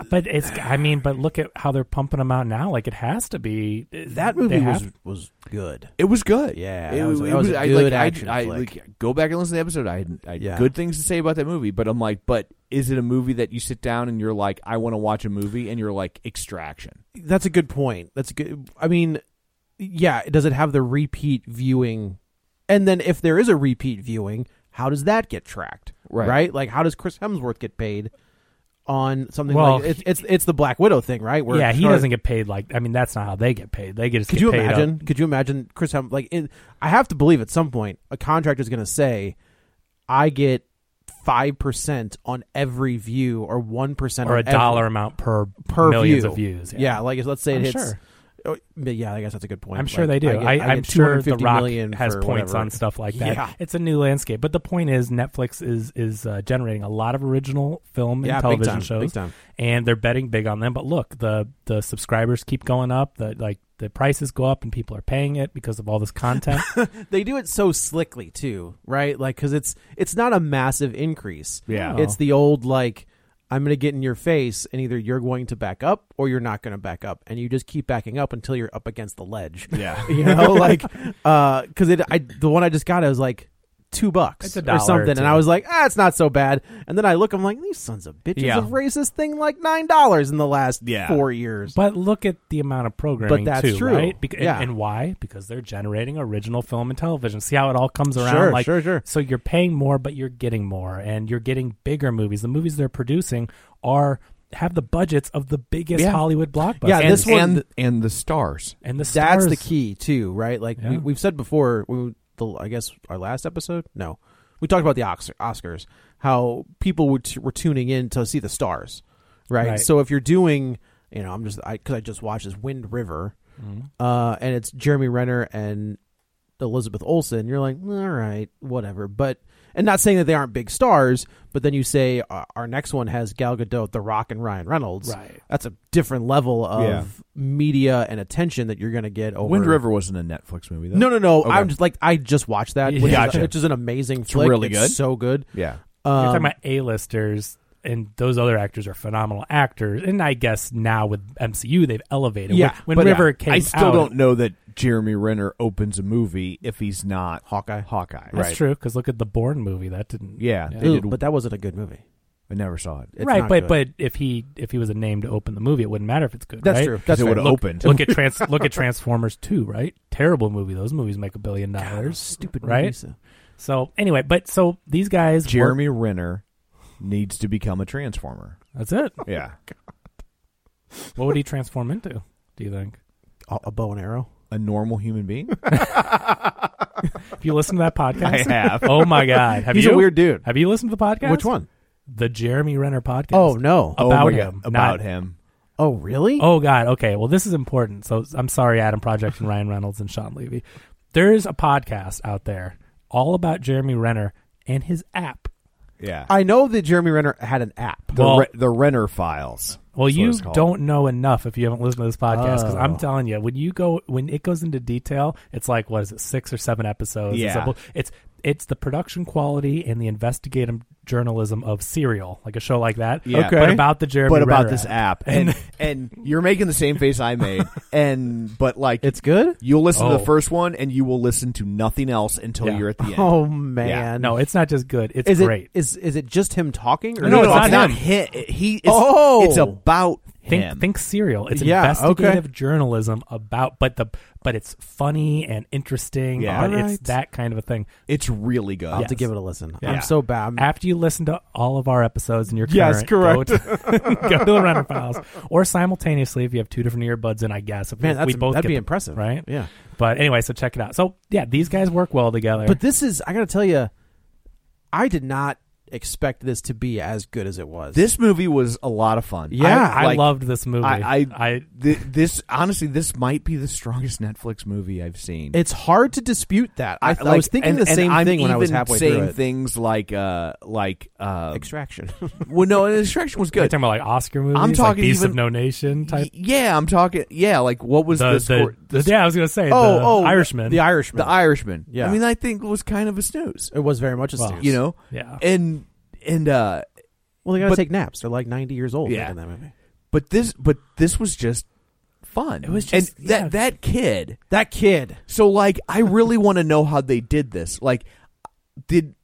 Speaker 3: But it's, I mean, but look at how they're pumping them out now. Like it has to be
Speaker 4: That
Speaker 3: they
Speaker 4: movie
Speaker 3: have-
Speaker 4: was was good.
Speaker 2: It was good.
Speaker 4: Yeah,
Speaker 2: it,
Speaker 4: that was-
Speaker 2: it
Speaker 4: that was a
Speaker 2: I, like,
Speaker 4: good
Speaker 2: I-
Speaker 4: action
Speaker 2: I,
Speaker 4: flick.
Speaker 2: like, go back and listen to the episode. I had, I had
Speaker 4: Yeah.
Speaker 2: good things to say about that movie, but I'm like, but is it a movie that you sit down and you're like, I want to watch a movie, and you're like, Extraction.
Speaker 4: That's a good point. That's a good. I mean, yeah. Does it have the repeat viewing? And then if there is a repeat viewing, how does that get tracked?
Speaker 2: Right.
Speaker 4: Like, how does Chris Hemsworth get paid on something
Speaker 3: Well,
Speaker 4: like it's, it's it's the Black Widow thing, right? Where
Speaker 3: yeah, he
Speaker 4: Scar-
Speaker 3: doesn't get paid. Like I mean, that's not how they get paid. They get just
Speaker 4: Could
Speaker 3: get
Speaker 4: you
Speaker 3: paid up.
Speaker 4: imagine? Could you imagine Chris Hem? Like, in, I have to believe at some point a contractor's going to say, "I get five percent on every view, or one percent,
Speaker 3: or a dollar amount per
Speaker 4: per
Speaker 3: millions
Speaker 4: view.
Speaker 3: of views.
Speaker 4: Yeah. like let's say it
Speaker 3: I'm
Speaker 4: hits.
Speaker 3: sure.
Speaker 4: oh, but yeah, I guess that's a good point.
Speaker 3: I'm sure
Speaker 4: Like,
Speaker 3: they do.
Speaker 4: get-
Speaker 3: I,
Speaker 4: get
Speaker 3: I am sure The
Speaker 4: 250
Speaker 3: Rock
Speaker 4: million
Speaker 3: has
Speaker 4: for
Speaker 3: points
Speaker 4: whatever.
Speaker 3: on stuff like that.
Speaker 4: Yeah.
Speaker 3: It's a new landscape. But the point is, Netflix is is uh, generating a lot of original film and
Speaker 4: Yeah, big
Speaker 3: television
Speaker 4: time,
Speaker 3: shows,
Speaker 4: big time.
Speaker 3: and they're betting big on them. But look, the the subscribers keep going up. The like the prices go up, and people are paying it because of all this content.
Speaker 4: They do it so slickly too, right? Like because it's it's not a massive increase.
Speaker 2: Yeah.
Speaker 4: it's the old like. I'm going to get in your face, and either you're going to back up or you're not going to back up, and you just keep backing up until you're up against the ledge.
Speaker 2: [laughs] Yeah,
Speaker 4: [laughs] you know like uh because it i the one i just got it was like two bucks
Speaker 3: It's a dollar
Speaker 4: or
Speaker 3: or
Speaker 4: something
Speaker 3: two.
Speaker 4: and i was like ah it's not so bad and then i look i'm like these sons of bitches
Speaker 2: Yeah.
Speaker 4: have raised this thing like nine dollars in the last
Speaker 2: Yeah.
Speaker 4: four years
Speaker 3: But look at the amount of programming,
Speaker 4: that's
Speaker 3: too,
Speaker 4: true.
Speaker 3: right? Bec- and-
Speaker 4: Yeah.
Speaker 3: and, why? Because they're generating original film and television. See how it all comes around?
Speaker 4: Sure,
Speaker 3: like,
Speaker 4: sure, sure.
Speaker 3: So you're paying more, but you're getting more, and you're getting bigger movies. The movies they're producing are have the budgets of the biggest
Speaker 2: Yeah.
Speaker 3: Hollywood blockbusters.
Speaker 4: Yeah,
Speaker 2: and,
Speaker 4: this one-
Speaker 2: and, and the stars.
Speaker 3: and the
Speaker 4: that's
Speaker 3: stars.
Speaker 4: the key too right like we,
Speaker 3: Yeah.
Speaker 4: we've said before we, the, i guess our last episode no we talked about the Ox- oscars how people would t- were tuning in to see the stars right,
Speaker 3: Right.
Speaker 4: so if you're doing you know i'm
Speaker 3: Mm-hmm.
Speaker 4: just i because i just watched this wind river uh and it's jeremy renner and Elizabeth Olsen, you're like, all right, whatever. But and not saying that they aren't big stars, but then you say uh, our next one has Gal Gadot, The Rock, and Ryan Reynolds.
Speaker 3: Right.
Speaker 4: That's a different level of
Speaker 2: Yeah.
Speaker 4: media and attention that you're going to get over.
Speaker 2: Wind River wasn't a Netflix movie. Though.
Speaker 4: No, no, no.
Speaker 2: Okay.
Speaker 4: I'm just like I just watched that, which,
Speaker 2: Gotcha.
Speaker 4: is, which is an amazing flick.
Speaker 2: really
Speaker 4: It's
Speaker 2: good.
Speaker 4: so good.
Speaker 2: Yeah.
Speaker 3: You're
Speaker 4: Um,
Speaker 3: talking about A-listers, and those other actors are phenomenal actors. And I guess now with MCU, they've elevated.
Speaker 4: Yeah,
Speaker 3: when,
Speaker 4: but
Speaker 3: when River
Speaker 4: yeah,
Speaker 3: came
Speaker 2: I still
Speaker 3: out,
Speaker 2: don't know that Jeremy Renner opens a movie if he's not
Speaker 4: Hawkeye.
Speaker 2: Hawkeye.
Speaker 3: That's
Speaker 2: right.
Speaker 3: true. Because look at the Bourne movie. That didn't.
Speaker 2: Yeah, they
Speaker 4: Ooh,
Speaker 2: did-
Speaker 4: but that wasn't a good movie.
Speaker 2: I never saw it.
Speaker 4: It's
Speaker 3: right,
Speaker 4: not
Speaker 3: but
Speaker 4: good.
Speaker 3: but if he if he was a name to open the movie, it wouldn't matter if it's good.
Speaker 4: That's
Speaker 3: right?
Speaker 4: true.
Speaker 2: 'Cause
Speaker 4: That's
Speaker 2: it
Speaker 4: fair.
Speaker 2: would have
Speaker 3: Look,
Speaker 2: opened.
Speaker 4: [laughs]
Speaker 3: look at trans look at Transformers two, right? Terrible movie. Those movies make a billion
Speaker 4: God, those
Speaker 3: dollars.
Speaker 4: stupid
Speaker 3: right?
Speaker 4: movies.
Speaker 3: So anyway, but so these guys, work-
Speaker 2: Jeremy Renner needs to become a transformer.
Speaker 3: that's it.
Speaker 4: [laughs]
Speaker 2: Yeah,
Speaker 3: What would he transform into? Do you think?
Speaker 4: A, a bow and arrow.
Speaker 2: a normal human
Speaker 4: [laughs]
Speaker 2: being.
Speaker 3: If you listen to that
Speaker 2: I
Speaker 3: podcast,
Speaker 2: have.
Speaker 3: [laughs] Oh my god, have
Speaker 2: He's
Speaker 3: you?
Speaker 2: a weird dude.
Speaker 3: Have you listened to the podcast?
Speaker 4: Which one?
Speaker 3: The Jeremy Renner podcast.
Speaker 4: Oh no.
Speaker 3: Oh.
Speaker 4: Oh,
Speaker 3: About
Speaker 2: my God.
Speaker 3: him,
Speaker 2: About
Speaker 3: not-
Speaker 2: him.
Speaker 4: really?
Speaker 3: Oh God. Okay. Well, this is important. So I'm sorry, Adam Project and Ryan Reynolds and Sean Levy. There is a podcast out there all about Jeremy Renner and his app.
Speaker 2: Yeah.
Speaker 4: I know that Jeremy Renner had an app.
Speaker 2: the
Speaker 3: well-
Speaker 2: Re- the Renner files.
Speaker 3: Well,
Speaker 2: That's what
Speaker 3: you
Speaker 2: it's called.
Speaker 3: don't know enough if you haven't listened to this podcast because
Speaker 4: Oh.
Speaker 3: I'm telling you, when you go when it goes into detail, it's like what is it, six or seven episodes? It's a
Speaker 2: Yeah.
Speaker 3: bu- it's it's the production quality and the investigative journalism of Serial, like a show like that.
Speaker 2: Yeah.
Speaker 3: but
Speaker 4: Okay.
Speaker 3: about the Jeremy.
Speaker 2: but about
Speaker 3: Renner
Speaker 2: this app, and and you're making the same face I
Speaker 4: [laughs]
Speaker 2: made, and but like
Speaker 4: It's good.
Speaker 2: you'll listen to the
Speaker 3: Oh.
Speaker 2: first one, and you will listen to nothing else until
Speaker 3: Yeah.
Speaker 2: you're at the end.
Speaker 4: Oh
Speaker 3: [laughs]
Speaker 4: man.
Speaker 3: No, it's not just good. It's
Speaker 4: Is it
Speaker 3: great.
Speaker 4: is is it just him talking or
Speaker 3: No, it's not him.
Speaker 2: him. He. It's,
Speaker 4: Oh.
Speaker 2: it's about
Speaker 3: Think
Speaker 2: him.
Speaker 3: think serial. It's
Speaker 4: Yeah,
Speaker 3: investigative
Speaker 4: okay.
Speaker 3: journalism about but the but it's funny and interesting.
Speaker 2: Yeah.
Speaker 3: but
Speaker 4: Alright.
Speaker 3: it's that kind of a thing.
Speaker 2: it's really good.
Speaker 4: I'll have to
Speaker 3: Yes.
Speaker 4: give it a listen.
Speaker 2: Yeah.
Speaker 4: I'm so bad. I'm-
Speaker 3: After you listen to all of our episodes and you're
Speaker 4: Um, Yes,
Speaker 3: current, Go to, [laughs] go to the Runner Files or simultaneously if you have two different earbuds in. I guess if
Speaker 4: man, that's,
Speaker 3: we both
Speaker 4: that'd
Speaker 3: get
Speaker 4: be
Speaker 3: them,
Speaker 4: impressive,
Speaker 3: right?
Speaker 4: Yeah.
Speaker 3: But anyway, so check it out. So yeah, these guys work well together.
Speaker 4: But this is I gotta tell you, I did not expect this to be as good as it was.
Speaker 2: This movie was a lot of fun.
Speaker 4: Yeah,
Speaker 3: I
Speaker 2: like,
Speaker 3: loved this movie.
Speaker 2: I, I,
Speaker 3: I
Speaker 2: thi- this honestly, this might be the strongest Netflix movie I've seen.
Speaker 4: it's hard to dispute that. I, I
Speaker 2: like,
Speaker 4: was thinking
Speaker 2: and- and
Speaker 4: the same
Speaker 2: I'm
Speaker 4: thing when I was
Speaker 2: even
Speaker 4: halfway
Speaker 2: saying
Speaker 4: through it.
Speaker 2: things like, uh, like, uh,
Speaker 4: Extraction.
Speaker 2: well, no, Extraction was
Speaker 3: you're
Speaker 2: good.
Speaker 3: talking about like Oscar movies. like
Speaker 2: talking
Speaker 3: Beast
Speaker 2: even-
Speaker 3: of No Nation type.
Speaker 2: Y- yeah, I'm talking. Yeah, like what was the,
Speaker 3: the,
Speaker 2: score-
Speaker 3: the- yeah, I was gonna say
Speaker 2: Oh,
Speaker 3: the
Speaker 2: oh,
Speaker 3: Irishman.
Speaker 4: the Irishman.
Speaker 2: The Irishman.
Speaker 4: Yeah.
Speaker 2: I mean, I think was kind of a snooze.
Speaker 4: it was very much a
Speaker 3: Well,
Speaker 4: snooze.
Speaker 2: You know.
Speaker 3: Yeah.
Speaker 2: And and uh,
Speaker 4: Well, they gotta
Speaker 2: But-
Speaker 4: take naps. They're like 90 years old
Speaker 2: Yeah.
Speaker 4: making that movie.
Speaker 2: but this, but this was just fun.
Speaker 3: It was just-
Speaker 2: and
Speaker 3: yeah.
Speaker 2: that that kid.
Speaker 4: That kid.
Speaker 2: So like I really want to know how they did this. Like did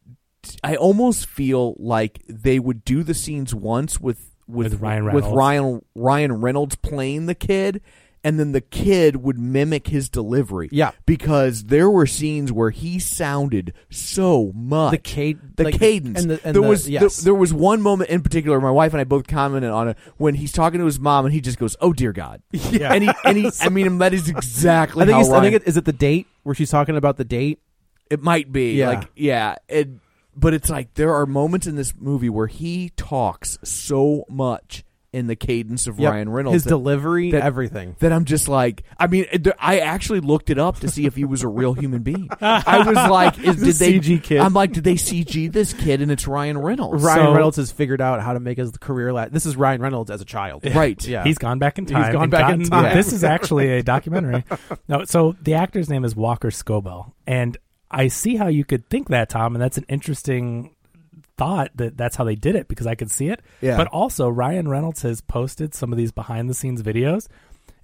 Speaker 2: I almost feel like they would do the scenes once with with,
Speaker 3: With Ryan
Speaker 2: with
Speaker 3: Reynolds.
Speaker 2: Ryan Ryan Reynolds playing the kid and then the kid would mimic his delivery.
Speaker 4: Yeah.
Speaker 2: Because there were scenes where he sounded so much
Speaker 4: The cad-
Speaker 2: the
Speaker 4: like the-
Speaker 2: cadence.
Speaker 4: and the- and
Speaker 2: there
Speaker 4: the-
Speaker 2: was there-
Speaker 4: yes.
Speaker 2: there was one moment in particular my wife and I both commented on it when he's talking to his mom and he just goes, "Oh dear god."
Speaker 4: [laughs] Yeah.
Speaker 2: And he and
Speaker 4: [laughs]
Speaker 2: he I mean that is exactly
Speaker 4: I think,
Speaker 2: how
Speaker 4: it's, I
Speaker 2: Ryan-
Speaker 4: think it, is it the date where she's talking about the date?
Speaker 2: it might be
Speaker 4: Yeah.
Speaker 2: like yeah it but it's like there are moments in this movie where he talks so much in the cadence of
Speaker 4: Yep.
Speaker 2: Ryan Reynolds
Speaker 4: his
Speaker 2: that,
Speaker 4: delivery,
Speaker 2: that-
Speaker 4: everything.
Speaker 2: that I'm just like I mean it- I actually looked it up to see if he was a real human being. I
Speaker 4: [laughs]
Speaker 2: was like is, did
Speaker 4: This
Speaker 2: they
Speaker 4: CG kid.
Speaker 2: I'm like did they CG this kid and it's Ryan Reynolds.
Speaker 4: Ryan
Speaker 3: So-
Speaker 4: Reynolds has figured out how to make his career last. This is Ryan Reynolds as a child.
Speaker 2: [laughs] Right.
Speaker 4: Yeah.
Speaker 3: He's gone back in time.
Speaker 4: He's gone
Speaker 3: and
Speaker 4: back in
Speaker 3: [laughs] gotten-
Speaker 4: time.
Speaker 3: This is actually a documentary. no, so the actor's name is Walker Scobell, and I see how you could think that, Tom, and that's an interesting thought that that's how they did it because I could see it.
Speaker 2: Yeah.
Speaker 3: But also, Ryan Reynolds has posted some of these behind the scenes videos,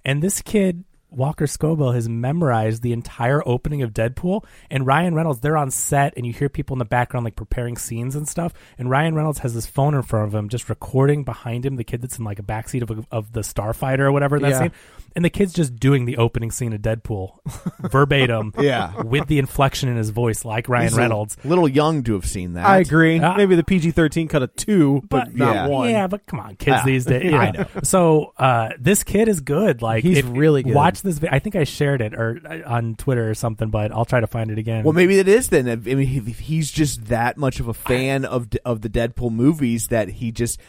Speaker 3: and this kid. Walker Scobell has memorized the entire opening of Deadpool, and Ryan Reynolds. They're on set, and you hear people in the background like preparing scenes and stuff. And Ryan Reynolds has his phone in front of him, just recording behind him the kid that's in like a backseat of, a, of the Starfighter or whatever that
Speaker 4: Yeah.
Speaker 3: scene. And the kid's just doing the opening scene of Deadpool [laughs] verbatim,
Speaker 2: Yeah.
Speaker 3: with the inflection in his voice, like Ryan
Speaker 2: He's a
Speaker 3: Reynolds.
Speaker 2: little young to have seen that.
Speaker 4: I agree.
Speaker 3: Uh,
Speaker 4: Maybe the PG 13 cut a two, Ah. but,
Speaker 3: But
Speaker 4: not
Speaker 2: yeah.
Speaker 4: one.
Speaker 3: Yeah, but come on, kids
Speaker 2: Ah,
Speaker 3: these days.
Speaker 4: [laughs]
Speaker 3: Yeah.
Speaker 2: I know.
Speaker 3: So uh, this kid is good. Like
Speaker 4: He's
Speaker 3: if-
Speaker 4: really good.
Speaker 3: Watch this. vi- I think I shared it or uh, on Twitter or something, but I'll try to find it again.
Speaker 2: Well, maybe it is then. I mean, he- he's just that much of a fan of of the Deadpool movies that he just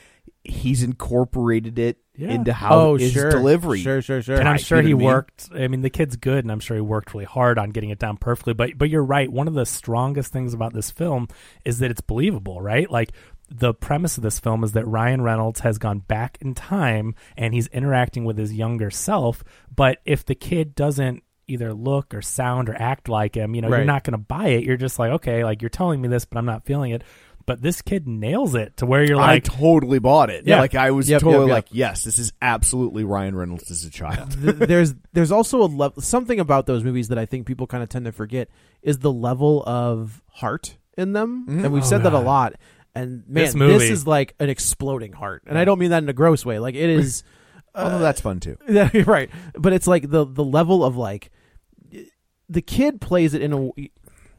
Speaker 2: he's incorporated it
Speaker 3: Yeah.
Speaker 2: into how
Speaker 4: oh,
Speaker 2: his
Speaker 4: sure.
Speaker 2: delivery.
Speaker 4: Sure, sure, sure.
Speaker 3: And I'm
Speaker 2: Right,
Speaker 3: sure
Speaker 2: you know
Speaker 3: he
Speaker 2: what I mean?
Speaker 3: worked. I mean, the kid's good, and I'm sure he worked really hard on getting it down perfectly. But but you're right. One of the strongest things about this film is that it's believable, right? Like the premise of this film is that Ryan Reynolds has gone back in time and he's interacting with his younger self. But if the kid doesn't either look or sound or act like him, you know, you're
Speaker 4: Right.
Speaker 3: not going to buy it. You're just like, okay, like you're telling me this, but I'm not feeling it. But this kid nails it to where you're
Speaker 2: I
Speaker 3: like,
Speaker 2: totally bought it.
Speaker 4: Yeah.
Speaker 2: Like I was
Speaker 4: Yep,
Speaker 2: totally
Speaker 4: yep, yep.
Speaker 2: like, yes, this is absolutely Ryan Reynolds as a child.
Speaker 4: Th- there's there's also a level something about those movies that I think people kind of tend to forget is the level of heart in them, and we've said that a lot. And man,
Speaker 3: This
Speaker 4: this,
Speaker 3: movie.
Speaker 4: is like an exploding heart, and I don't mean that in a gross way. Like it is, [laughs]
Speaker 2: Although that's fun too.
Speaker 4: yeah, you're right. But it's like the the level of like the kid plays it in a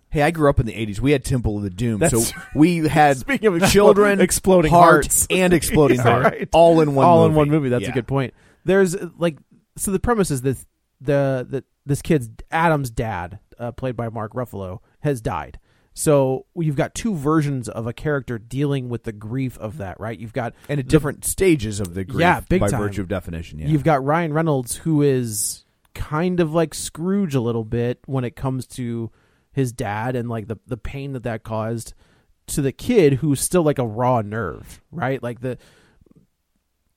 Speaker 2: Hey, I grew up in the '80s. We had Temple of the Doom,
Speaker 4: That's-
Speaker 2: [laughs] so we had
Speaker 4: Speaking of
Speaker 2: [laughs]
Speaker 4: explo-
Speaker 2: children,
Speaker 4: exploding
Speaker 2: heart,
Speaker 4: hearts.
Speaker 2: [laughs] and exploding
Speaker 4: Yeah,
Speaker 2: heart,
Speaker 4: right.
Speaker 2: all in one,
Speaker 4: all
Speaker 2: movie.
Speaker 4: in one movie. That's
Speaker 2: Yeah.
Speaker 4: a good point. There's uh, like so the premise is this the the this kid's Adam's dad, uh, played by Mark Ruffalo, has died. So you've got two versions of a character dealing with the grief of that, right? You've got
Speaker 2: and at
Speaker 4: the-
Speaker 2: different stages of the grief.
Speaker 4: Yeah, big
Speaker 2: by
Speaker 4: time.
Speaker 2: virtue of definition. Yeah,
Speaker 4: You've got Ryan Reynolds, who is kind of like Scrooge a little bit when it comes to his dad and like the the pain that that caused to the kid, who's still like a raw nerve, right? Like the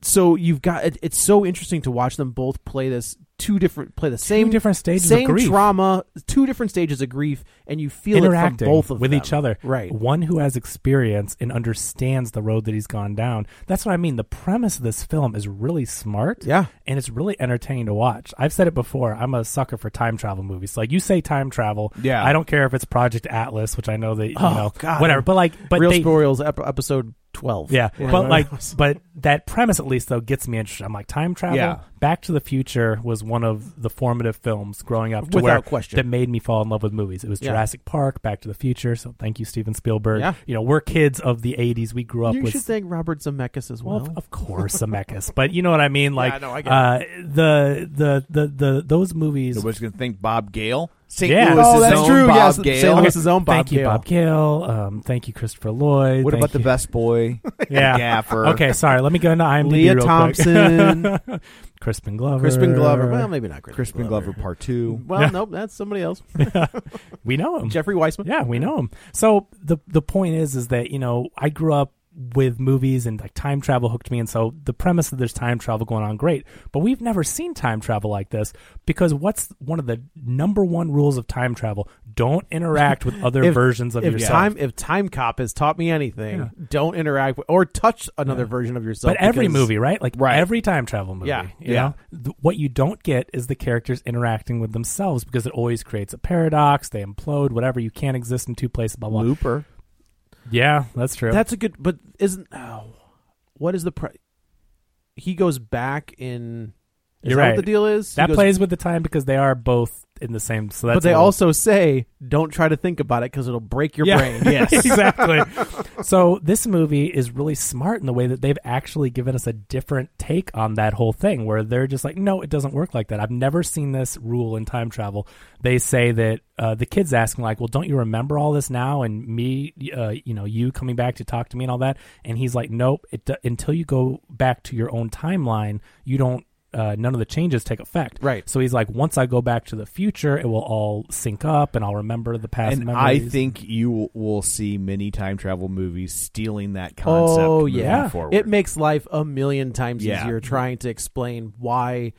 Speaker 4: so you've got it, it's so interesting to watch them both play this two different play the same
Speaker 3: different stages of
Speaker 4: same
Speaker 3: grief.
Speaker 4: trauma, two different stages of grief, and you feel it
Speaker 3: interacting
Speaker 4: from both of
Speaker 3: with
Speaker 4: them.
Speaker 3: each other.
Speaker 4: right?
Speaker 3: One who has experience and understands the road that he's gone down. That's what I mean. The premise of this film is really smart.
Speaker 4: Yeah.
Speaker 3: And it's really entertaining to watch. I've said it before. I'm a sucker for time travel movies. Like you say time travel.
Speaker 2: Yeah.
Speaker 3: I don't care if it's Project Atlas, which I know that you
Speaker 4: Oh,
Speaker 3: know
Speaker 4: God.
Speaker 3: whatever. But like but
Speaker 4: Real
Speaker 3: they,
Speaker 4: Spoilers ep- episode twelve.
Speaker 3: yeah,
Speaker 4: Or
Speaker 3: but
Speaker 4: whatever.
Speaker 3: like, but that premise at least though gets me interested. I'm like, time travel.
Speaker 2: Yeah.
Speaker 3: Back to the Future was one of the formative films growing up, to
Speaker 4: Without
Speaker 3: where-
Speaker 4: question.
Speaker 3: that made me fall in love with movies. It was
Speaker 4: Yeah.
Speaker 3: Jurassic Park, Back to the Future. So thank you, Steven Spielberg.
Speaker 4: Yeah.
Speaker 3: You know, we're kids of the '80s. We grew up
Speaker 4: you
Speaker 3: with
Speaker 4: should thank Robert Zemeckis as
Speaker 3: well,
Speaker 4: well.
Speaker 3: of- of course, Zemeckis, but you know what I
Speaker 4: [laughs]
Speaker 3: mean. Like,
Speaker 4: no, I get it.
Speaker 3: uh, the the the the those movies.
Speaker 2: Nobody's gonna think Bob Gale. St.
Speaker 3: Yeah.
Speaker 2: Louis's
Speaker 3: Oh, that's
Speaker 2: own
Speaker 4: true,
Speaker 2: Bob
Speaker 4: yes, St.
Speaker 2: Gale.
Speaker 4: Louis- his own
Speaker 3: thank
Speaker 4: Bob
Speaker 3: you,
Speaker 4: Gale.
Speaker 3: Bob Gale. Um, thank you, Christopher Lloyd.
Speaker 2: What
Speaker 3: Thank
Speaker 2: about the
Speaker 3: you-
Speaker 2: best boy?
Speaker 3: yeah.
Speaker 2: Gaffer.
Speaker 3: [laughs] Okay, sorry. Let me go into IMDb. real
Speaker 4: Leah
Speaker 3: quick.
Speaker 4: Thompson.
Speaker 3: [laughs] Crispin Glover.
Speaker 4: Crispin Glover. Well, maybe not Crispin,
Speaker 2: Crispin Glover Part Two.
Speaker 4: Well,
Speaker 3: Yeah.
Speaker 4: nope, that's somebody
Speaker 3: [laughs]
Speaker 4: else.
Speaker 3: we know him.
Speaker 4: Jeffrey Weissman.
Speaker 3: Yeah, we know him. So the the point is, is that you know I grew up with movies and like time travel hooked me, and so the premise that there's time travel going on, great. But we've never seen time travel like this because what's one of the number one rules of time travel? Don't interact with other
Speaker 4: If-
Speaker 3: versions of
Speaker 4: if
Speaker 3: yourself.
Speaker 4: Time, if Time Cop has taught me anything, don't interact with, or touch another version of yourself.
Speaker 3: but every
Speaker 4: because-
Speaker 3: movie, right? Like
Speaker 2: Right.
Speaker 3: every time travel movie.
Speaker 4: Yeah,
Speaker 3: you
Speaker 2: yeah.
Speaker 3: know? Th- what you don't get is the characters interacting with themselves because it always creates a paradox. They implode, whatever. You can't exist in two places. Blah blah. blah.
Speaker 2: Looper.
Speaker 3: Yeah, that's true.
Speaker 4: That's a good, but isn't? Oh, what is the? Pre- he goes back in. Is
Speaker 3: You're
Speaker 4: that
Speaker 3: right.
Speaker 4: what the deal is? He
Speaker 3: That
Speaker 4: goes-
Speaker 3: plays with the time because they are both in the same. So that's
Speaker 4: But they
Speaker 3: a little-
Speaker 4: also say, "Don't try to think about it because it'll break your
Speaker 3: Yeah. [laughs]
Speaker 4: brain." Yes.
Speaker 3: exactly. so this movie is really smart in the way that they've actually given us a different take on that whole thing, where they're just like, no, it doesn't work like that. I've never seen this rule in time travel. They say that uh, the kid's asking like, well, don't you remember all this now? And me, uh, you know, you coming back to talk to me and all that. And he's like, nope. It do- until you go back to your own timeline, you don't. Uh, none of the changes take effect.
Speaker 4: Right.
Speaker 3: So he's like, once I go back to the future, it will all sync up, and I'll remember the past.
Speaker 2: and
Speaker 3: memories.
Speaker 2: I think you will- will see many time travel movies stealing that concept.
Speaker 4: Oh
Speaker 2: moving
Speaker 4: yeah,
Speaker 2: forward.
Speaker 4: it makes life a million times
Speaker 2: Yeah.
Speaker 4: easier trying to explain why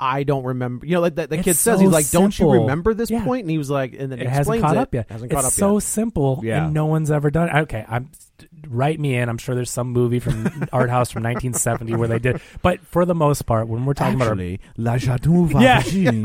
Speaker 4: I don't remember. You know, like that the
Speaker 3: It's
Speaker 4: kid says
Speaker 3: so
Speaker 4: he's like, "Don't you
Speaker 3: simple."
Speaker 4: remember this
Speaker 3: Yeah.
Speaker 4: point?" And he was like, and then
Speaker 3: it
Speaker 4: he
Speaker 3: hasn't
Speaker 4: explains
Speaker 3: caught
Speaker 4: it.
Speaker 3: up yet.
Speaker 4: Hasn't
Speaker 3: it's
Speaker 4: caught up
Speaker 3: so
Speaker 4: yet.
Speaker 3: simple,
Speaker 2: Yeah.
Speaker 3: and no one's ever done. it. Okay, I'm write me in. I'm sure there's some movie
Speaker 4: [laughs]
Speaker 3: from art house from 1970 where they did. But for the most part, when we're talking
Speaker 2: Actually, La Jadou
Speaker 3: about our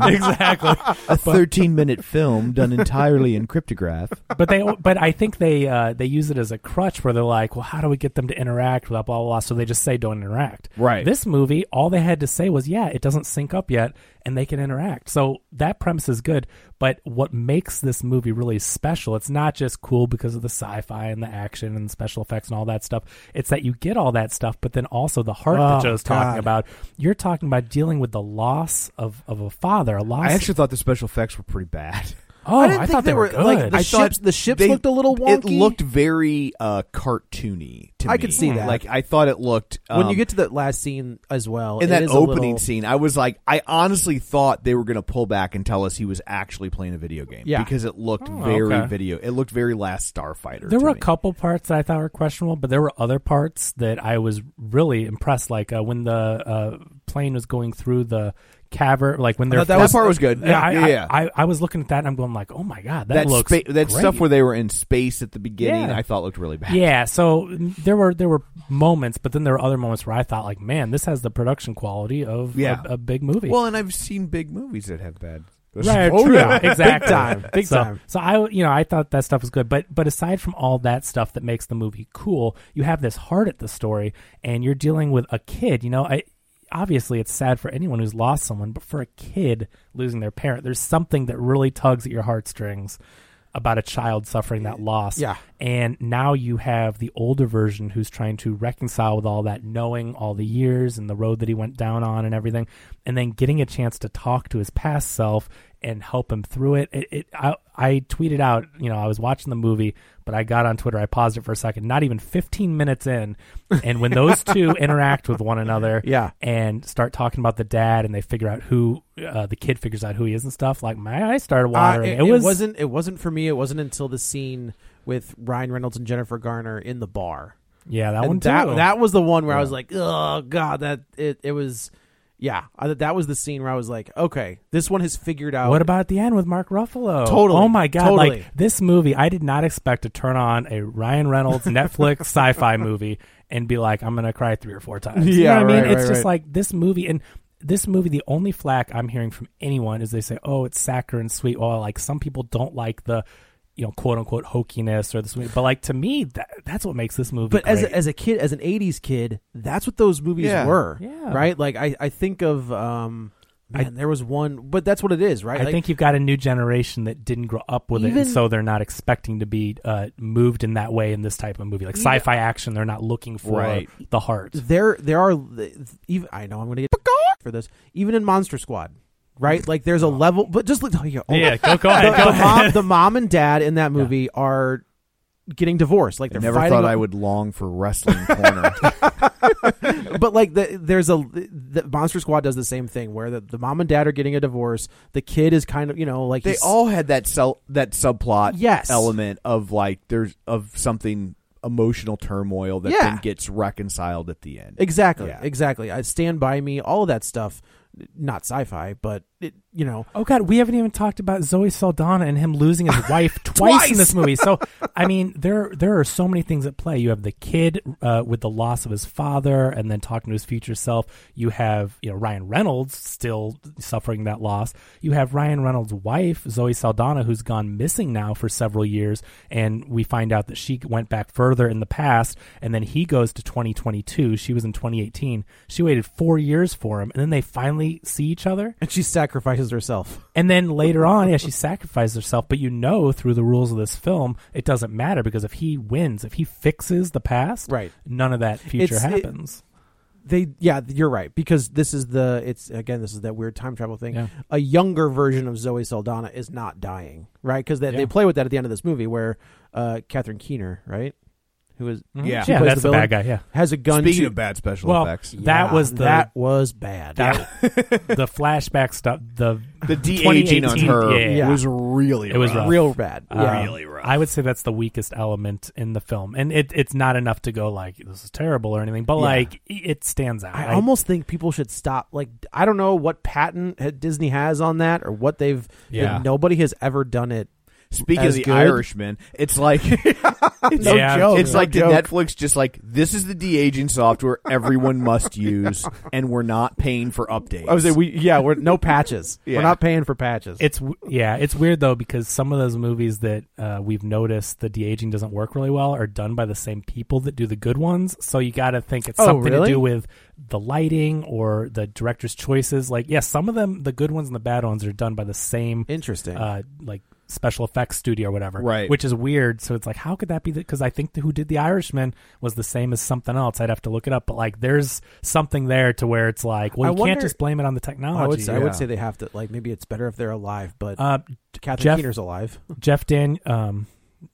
Speaker 3: [laughs] yeah, exactly.
Speaker 2: a 13 minute film done entirely in cryptograph.
Speaker 3: But they, but I think they uh, they use it as a crutch where they're like, well, how do we get them to interact? Blah blah blah. So they just say don't interact.
Speaker 2: Right.
Speaker 3: This movie, all they had to say was, yeah, it doesn't sync up yet, and they can interact. So that premise is good. But what makes this movie really special, it's not just cool because of the sci fi and the action and special effects and all that stuff. It's that you get all that stuff, but then also the heart that
Speaker 4: Oh,
Speaker 3: Joe's talking
Speaker 4: God.
Speaker 3: about. You're talking about dealing with the loss of, of a father, a loss
Speaker 2: I actually thought the special effects were pretty bad.
Speaker 3: [laughs] Oh,
Speaker 4: I, didn't
Speaker 3: I
Speaker 4: think
Speaker 3: thought
Speaker 4: they,
Speaker 3: they
Speaker 4: were
Speaker 3: were
Speaker 4: like
Speaker 3: good.
Speaker 4: the
Speaker 3: I
Speaker 2: thought
Speaker 4: ships. The ships
Speaker 2: they-
Speaker 4: looked a little
Speaker 2: It
Speaker 4: wonky.
Speaker 2: looked very uh, cartoony to me.
Speaker 4: I could see that.
Speaker 2: Like I thought it looked
Speaker 4: when
Speaker 2: um,
Speaker 4: you get to that last scene as well.
Speaker 2: in
Speaker 4: it
Speaker 2: that
Speaker 4: is a
Speaker 2: opening
Speaker 4: little-
Speaker 2: scene, I was like, I honestly thought they were going to pull back and tell us he was actually playing a video game.
Speaker 4: Yeah.
Speaker 2: because it looked
Speaker 3: Oh,
Speaker 2: very
Speaker 3: okay.
Speaker 2: video. It looked very Last Starfighter.
Speaker 3: There
Speaker 2: to
Speaker 3: were a
Speaker 2: me.
Speaker 3: couple parts that I thought were questionable, but there were other parts that I was really impressed. Like uh, when the uh, plane was going through the cavern, like when
Speaker 2: I
Speaker 3: they're
Speaker 2: thought Uh, that was- part was good.
Speaker 3: Yeah, I,
Speaker 2: Yeah,
Speaker 3: I-
Speaker 2: yeah.
Speaker 3: I, I was looking at that and I'm going like, oh my god, that,
Speaker 2: That
Speaker 3: looks
Speaker 2: spa- that stuff
Speaker 3: great.
Speaker 2: where they were in space at the beginning,
Speaker 3: Yeah.
Speaker 2: I thought looked really bad.
Speaker 3: Yeah, so there were there were moments, but then there were other moments where I thought like, man, this has the production quality of
Speaker 2: Yeah.
Speaker 3: a, a big movie.
Speaker 2: Well, and I've seen big movies that have bad.
Speaker 3: Right,
Speaker 4: Oh,
Speaker 3: true.
Speaker 4: yeah.
Speaker 3: Exactly.
Speaker 4: [laughs] Big time, big
Speaker 3: so,
Speaker 4: time.
Speaker 3: So I, you know, I thought that stuff was good, but but aside from all that stuff that makes the movie cool, you have this heart at the story, and you're dealing with a kid. You know, I obviously it's sad for anyone who's lost someone, but for a kid losing their parent, there's something that really tugs at your heartstrings about a child suffering that loss.
Speaker 4: Yeah.
Speaker 3: And now you have the older version who's trying to reconcile with all that, knowing all the years and the road that he went down on and everything, and then getting a chance to talk to his past self and help him through it. It, it I, I tweeted out, you know, I was watching the movie, but I got on Twitter, I paused it for a second, not even 15 minutes in, and when
Speaker 4: [laughs]
Speaker 3: those two interact with one another,
Speaker 4: Yeah.
Speaker 3: and start talking about the dad, and they figure out who uh, the kid figures out who he is and stuff. Like my eyes started
Speaker 4: Uh,
Speaker 3: watering.
Speaker 4: it,
Speaker 3: it, was
Speaker 4: wasn't. It wasn't for me. It wasn't until the scene with Ryan Reynolds and Jennifer Garner in the bar.
Speaker 3: yeah, that
Speaker 4: And
Speaker 3: one
Speaker 4: that
Speaker 3: too.
Speaker 4: that was the one where I was like, oh god, that it it was. Yeah, I, thought that was the scene where I was like, okay, this one has figured out.
Speaker 3: What about at the end with Mark Ruffalo?
Speaker 4: Totally.
Speaker 3: Oh my god!
Speaker 4: Totally.
Speaker 3: Like this movie, I did not expect to turn on a Ryan
Speaker 4: [laughs]
Speaker 3: Reynolds Netflix sci-fi movie and be like, I'm gonna cry three or four times. you
Speaker 4: Yeah,
Speaker 3: know what I mean,
Speaker 4: right,
Speaker 3: it's
Speaker 4: right,
Speaker 3: just
Speaker 4: right.
Speaker 3: like this movie and. This movie, the only flack I'm hearing from anyone is they say, "Oh, it's saccharine sweet." Well, like some people don't like the, you know, quote unquote hokiness or the sweet. But like to me, that, that's what makes this movie.
Speaker 4: But as
Speaker 3: great.
Speaker 4: a, as a kid, as an '80s kid, that's what those movies
Speaker 2: Yeah.
Speaker 4: were,
Speaker 3: Yeah.
Speaker 4: right? Like I, I think of um, man, there was one, but that's what it is, right?
Speaker 3: I
Speaker 4: Like,
Speaker 3: think you've got a new generation that didn't grow up with it,
Speaker 4: Even-
Speaker 3: and so they're not expecting to be uh, moved in that way in this type of movie, like sci-fi action. They're not looking for
Speaker 2: Right.
Speaker 3: the heart.
Speaker 4: there there are even I know I'm going to get for this. Even in Monster Squad, right? Like there's a level, but just look. Oh, yeah, oh,
Speaker 3: go, go [laughs]
Speaker 4: the, the mom, the mom and dad in that movie are getting divorced. Like
Speaker 2: I
Speaker 4: they're
Speaker 2: never
Speaker 4: fighting.
Speaker 2: thought I would long for
Speaker 4: [laughs]
Speaker 2: wrestling corner.
Speaker 4: But like the, there's a the Monster Squad does the same thing where the, the mom and dad are getting a divorce. The kid is kind of you know like
Speaker 2: they
Speaker 4: he's-
Speaker 2: all had that sel- that subplot
Speaker 4: Yes.
Speaker 2: element of like there's of something emotional turmoil that
Speaker 4: Yeah.
Speaker 2: then gets reconciled at the end.
Speaker 4: exactly
Speaker 2: Yeah.
Speaker 4: exactly. I stand by me. All of that stuff. Not sci-fi, but it, you know
Speaker 3: Oh god, we haven't even talked about Zoe Saldana and him losing his wife twice, in this movie. So, I mean, there there are so many things at play. You have the kid uh, with the loss of his father, and then talking to his future self. You have you know Ryan Reynolds still suffering that loss. You have Ryan Reynolds' wife Zoe Saldana, who's gone missing now for several years, and we find out that she went back further in the past, and then he goes to 2022. She was in 2018. She waited four years for him, and then they finally see each other.
Speaker 4: and she sacrifices herself.
Speaker 3: And then later on, yeah, she sacrifices herself. But you know, through the rules of this film, it doesn't matter because if he wins, if he fixes the past,
Speaker 4: Right.
Speaker 3: none of that future
Speaker 4: It's- it-
Speaker 3: happens.
Speaker 4: they yeah you're right because this is the it's again this is that weird time travel thing
Speaker 3: Yeah.
Speaker 4: a younger version of zoe saldana is not dying right because they,
Speaker 3: Yeah.
Speaker 4: they play with that at the end of this movie where uh catherine keener right who is
Speaker 2: Yeah.
Speaker 3: Mm-hmm.
Speaker 4: she
Speaker 3: yeah,
Speaker 4: plays
Speaker 3: that's the,
Speaker 4: villain,
Speaker 3: bad guy. Yeah,
Speaker 4: has a gun
Speaker 2: Speaking
Speaker 4: to-
Speaker 2: of bad special
Speaker 3: Well,
Speaker 2: effects,
Speaker 3: yeah. that was the-
Speaker 4: that was bad
Speaker 3: that, [laughs] the flashback stuff.
Speaker 4: [laughs]
Speaker 3: The
Speaker 2: [laughs] the de aging on
Speaker 3: 2018
Speaker 2: her
Speaker 3: yeah,
Speaker 4: Yeah.
Speaker 2: was really
Speaker 3: It was
Speaker 2: rough.
Speaker 3: rough.
Speaker 4: real bad
Speaker 3: Uh,
Speaker 2: Really rough.
Speaker 3: I would say that's the weakest element in the film, and it, it's not enough to go like this is terrible or anything, but
Speaker 4: Yeah.
Speaker 3: like it it stands out.
Speaker 4: I almost think people should stop. Like, I don't know what patent had- Disney has on that, or what they've.
Speaker 2: Yeah.
Speaker 4: nobody has ever
Speaker 3: [laughs]
Speaker 4: done it.
Speaker 2: Speaking of
Speaker 4: As
Speaker 2: the
Speaker 4: good?
Speaker 2: Irishman, it's [laughs] like it's,
Speaker 3: No Yeah. joke,
Speaker 2: it's
Speaker 3: no
Speaker 2: like did
Speaker 4: joke.
Speaker 2: Netflix just like this is the de aging software everyone must use, and we're not paying for updates.
Speaker 4: I was like, we yeah, we're
Speaker 2: [laughs]
Speaker 4: no patches.
Speaker 2: Yeah.
Speaker 4: We're not paying for patches.
Speaker 3: It's w- yeah, it's weird though because some of those movies that uh, we've noticed the de aging doesn't work really well are done by the same people that do the good ones. So you got to think it's
Speaker 4: Oh,
Speaker 3: something
Speaker 4: really?
Speaker 3: to do with the lighting or the director's choices. Like yes, some of them the good ones and the bad ones are done by the same
Speaker 4: interesting.
Speaker 3: uh, like special effects studio or whatever.
Speaker 2: Right.
Speaker 3: Which is weird. So it's like, how could that be? Because I think the, who did The Irishman was the same as something else. I'd have to look it up. But like, there's something there to where it's like, well,
Speaker 4: I
Speaker 3: you
Speaker 4: wonder-
Speaker 3: can't just blame it on the technology.
Speaker 4: I would say I
Speaker 2: yeah.
Speaker 4: would say they have to like maybe it's better if they're alive, but
Speaker 3: Oh, Uh,
Speaker 4: Catherine
Speaker 3: Jeff-
Speaker 4: Keener's alive.
Speaker 3: Jeff Dan, um,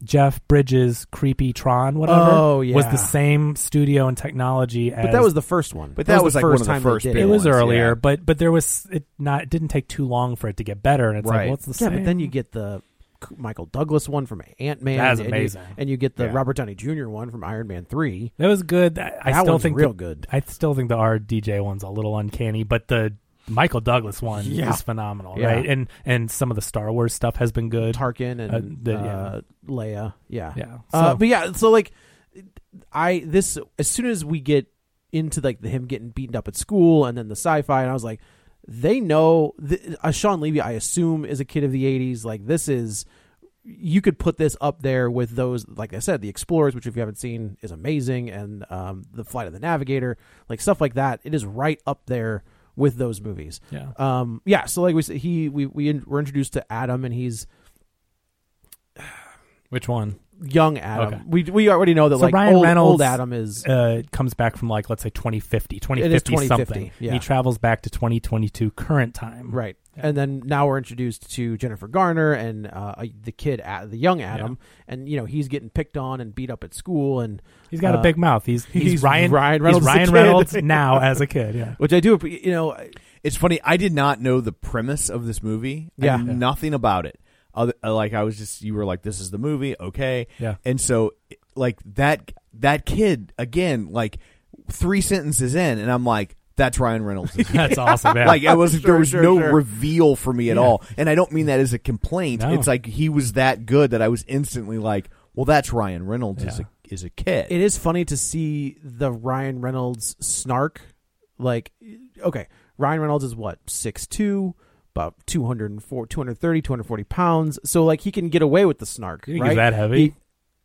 Speaker 3: Jeff Bridges, Creepy Tron, whatever,
Speaker 4: Oh,
Speaker 3: was
Speaker 4: yeah.
Speaker 3: the same studio and technology. As
Speaker 4: But that was the first one.
Speaker 2: But that was,
Speaker 4: the
Speaker 2: like, one
Speaker 4: first
Speaker 2: of the
Speaker 4: time they
Speaker 2: first
Speaker 4: did
Speaker 2: big
Speaker 3: it was
Speaker 2: ones,
Speaker 3: earlier,
Speaker 2: yeah.
Speaker 3: but but there was it not it didn't take too long for it to get better, and it's
Speaker 2: Right.
Speaker 3: like what's the
Speaker 4: Yeah,
Speaker 3: same?
Speaker 4: but then you get the C- Michael Douglas one from Ant Man.
Speaker 3: That's
Speaker 4: and
Speaker 3: amazing.
Speaker 4: You, and you get the
Speaker 2: Yeah.
Speaker 4: Robert Downey Jr. one from Iron Man three.
Speaker 3: that was good. I, I
Speaker 4: That
Speaker 3: still
Speaker 4: one's
Speaker 3: think
Speaker 4: real
Speaker 3: the-
Speaker 4: good.
Speaker 3: I still think the RDJ one's a little uncanny, but the Michael Douglas one
Speaker 4: Yeah.
Speaker 3: is phenomenal,
Speaker 4: Yeah.
Speaker 3: right? And and some of the Star Wars stuff has been good.
Speaker 4: Tarkin and
Speaker 3: Uh,
Speaker 4: uh,
Speaker 3: the- yeah.
Speaker 4: Leia. Yeah,
Speaker 3: Yeah.
Speaker 4: Uh,
Speaker 3: So-
Speaker 4: but yeah, so like, I this as soon as we get into like the him getting beaten up at school and then the sci-fi, and I was like, they know th- uh, Sean Levy. I assume is a kid of the '80s. Like this is. You could put this up there with those, like I said, the Explorers, which if you haven't seen is amazing, and um, the Flight of the Navigator, like stuff like that. It is right up there with those movies.
Speaker 3: Yeah.
Speaker 4: Um. Yeah. So like we said, he we we in, were introduced to Adam, and he's
Speaker 3: Which one
Speaker 4: young Adam.
Speaker 3: Okay.
Speaker 4: We we already know that
Speaker 3: So
Speaker 4: like
Speaker 3: Ryan
Speaker 4: old,
Speaker 3: Reynolds-
Speaker 4: old Adam is
Speaker 3: uh, comes back from like let's say 2050, 2050,
Speaker 4: is
Speaker 3: something?
Speaker 4: 2050, yeah.
Speaker 3: He travels back to 2022 current time,
Speaker 4: right, and then now we're introduced to Jennifer Garner and uh, the kid, A- the young Adam, and you know he's getting picked on and beat up at school, and
Speaker 3: He's got
Speaker 4: uh,
Speaker 3: a big mouth. He's he's,
Speaker 4: he's
Speaker 3: Ryan
Speaker 4: Ryan
Speaker 3: he's
Speaker 4: Reynolds as a
Speaker 3: Ryan
Speaker 4: kid. [laughs]
Speaker 3: Reynolds now as a kid. Yeah.
Speaker 4: which I do, app- you know, I-
Speaker 2: It's funny. I did not know the premise of this movie.
Speaker 4: Yeah.
Speaker 2: I knew nothing about it. Other, uh, like I was just, you were like, "This is the movie." Okay.
Speaker 3: Yeah.
Speaker 2: And so, it- like that that kid again, like three sentences in, and I'm like, "That's Ryan Reynolds."
Speaker 3: That's awesome. Yeah.
Speaker 2: Like it was there was
Speaker 4: sure,
Speaker 2: no
Speaker 4: sure.
Speaker 2: reveal for me at
Speaker 3: Yeah.
Speaker 2: all, and I don't mean that as a complaint.
Speaker 3: No.
Speaker 2: It's like he was that good that I was instantly like, "Well, that's Ryan Reynolds is
Speaker 3: Yeah.
Speaker 2: a is a kid."
Speaker 4: it is funny to see the Ryan Reynolds snark. Like, okay, Ryan Reynolds is what six two. About 204, 230, 240 pounds. So, like, he can get away with the snark,
Speaker 3: You think
Speaker 4: right?
Speaker 3: he's that heavy?
Speaker 4: He-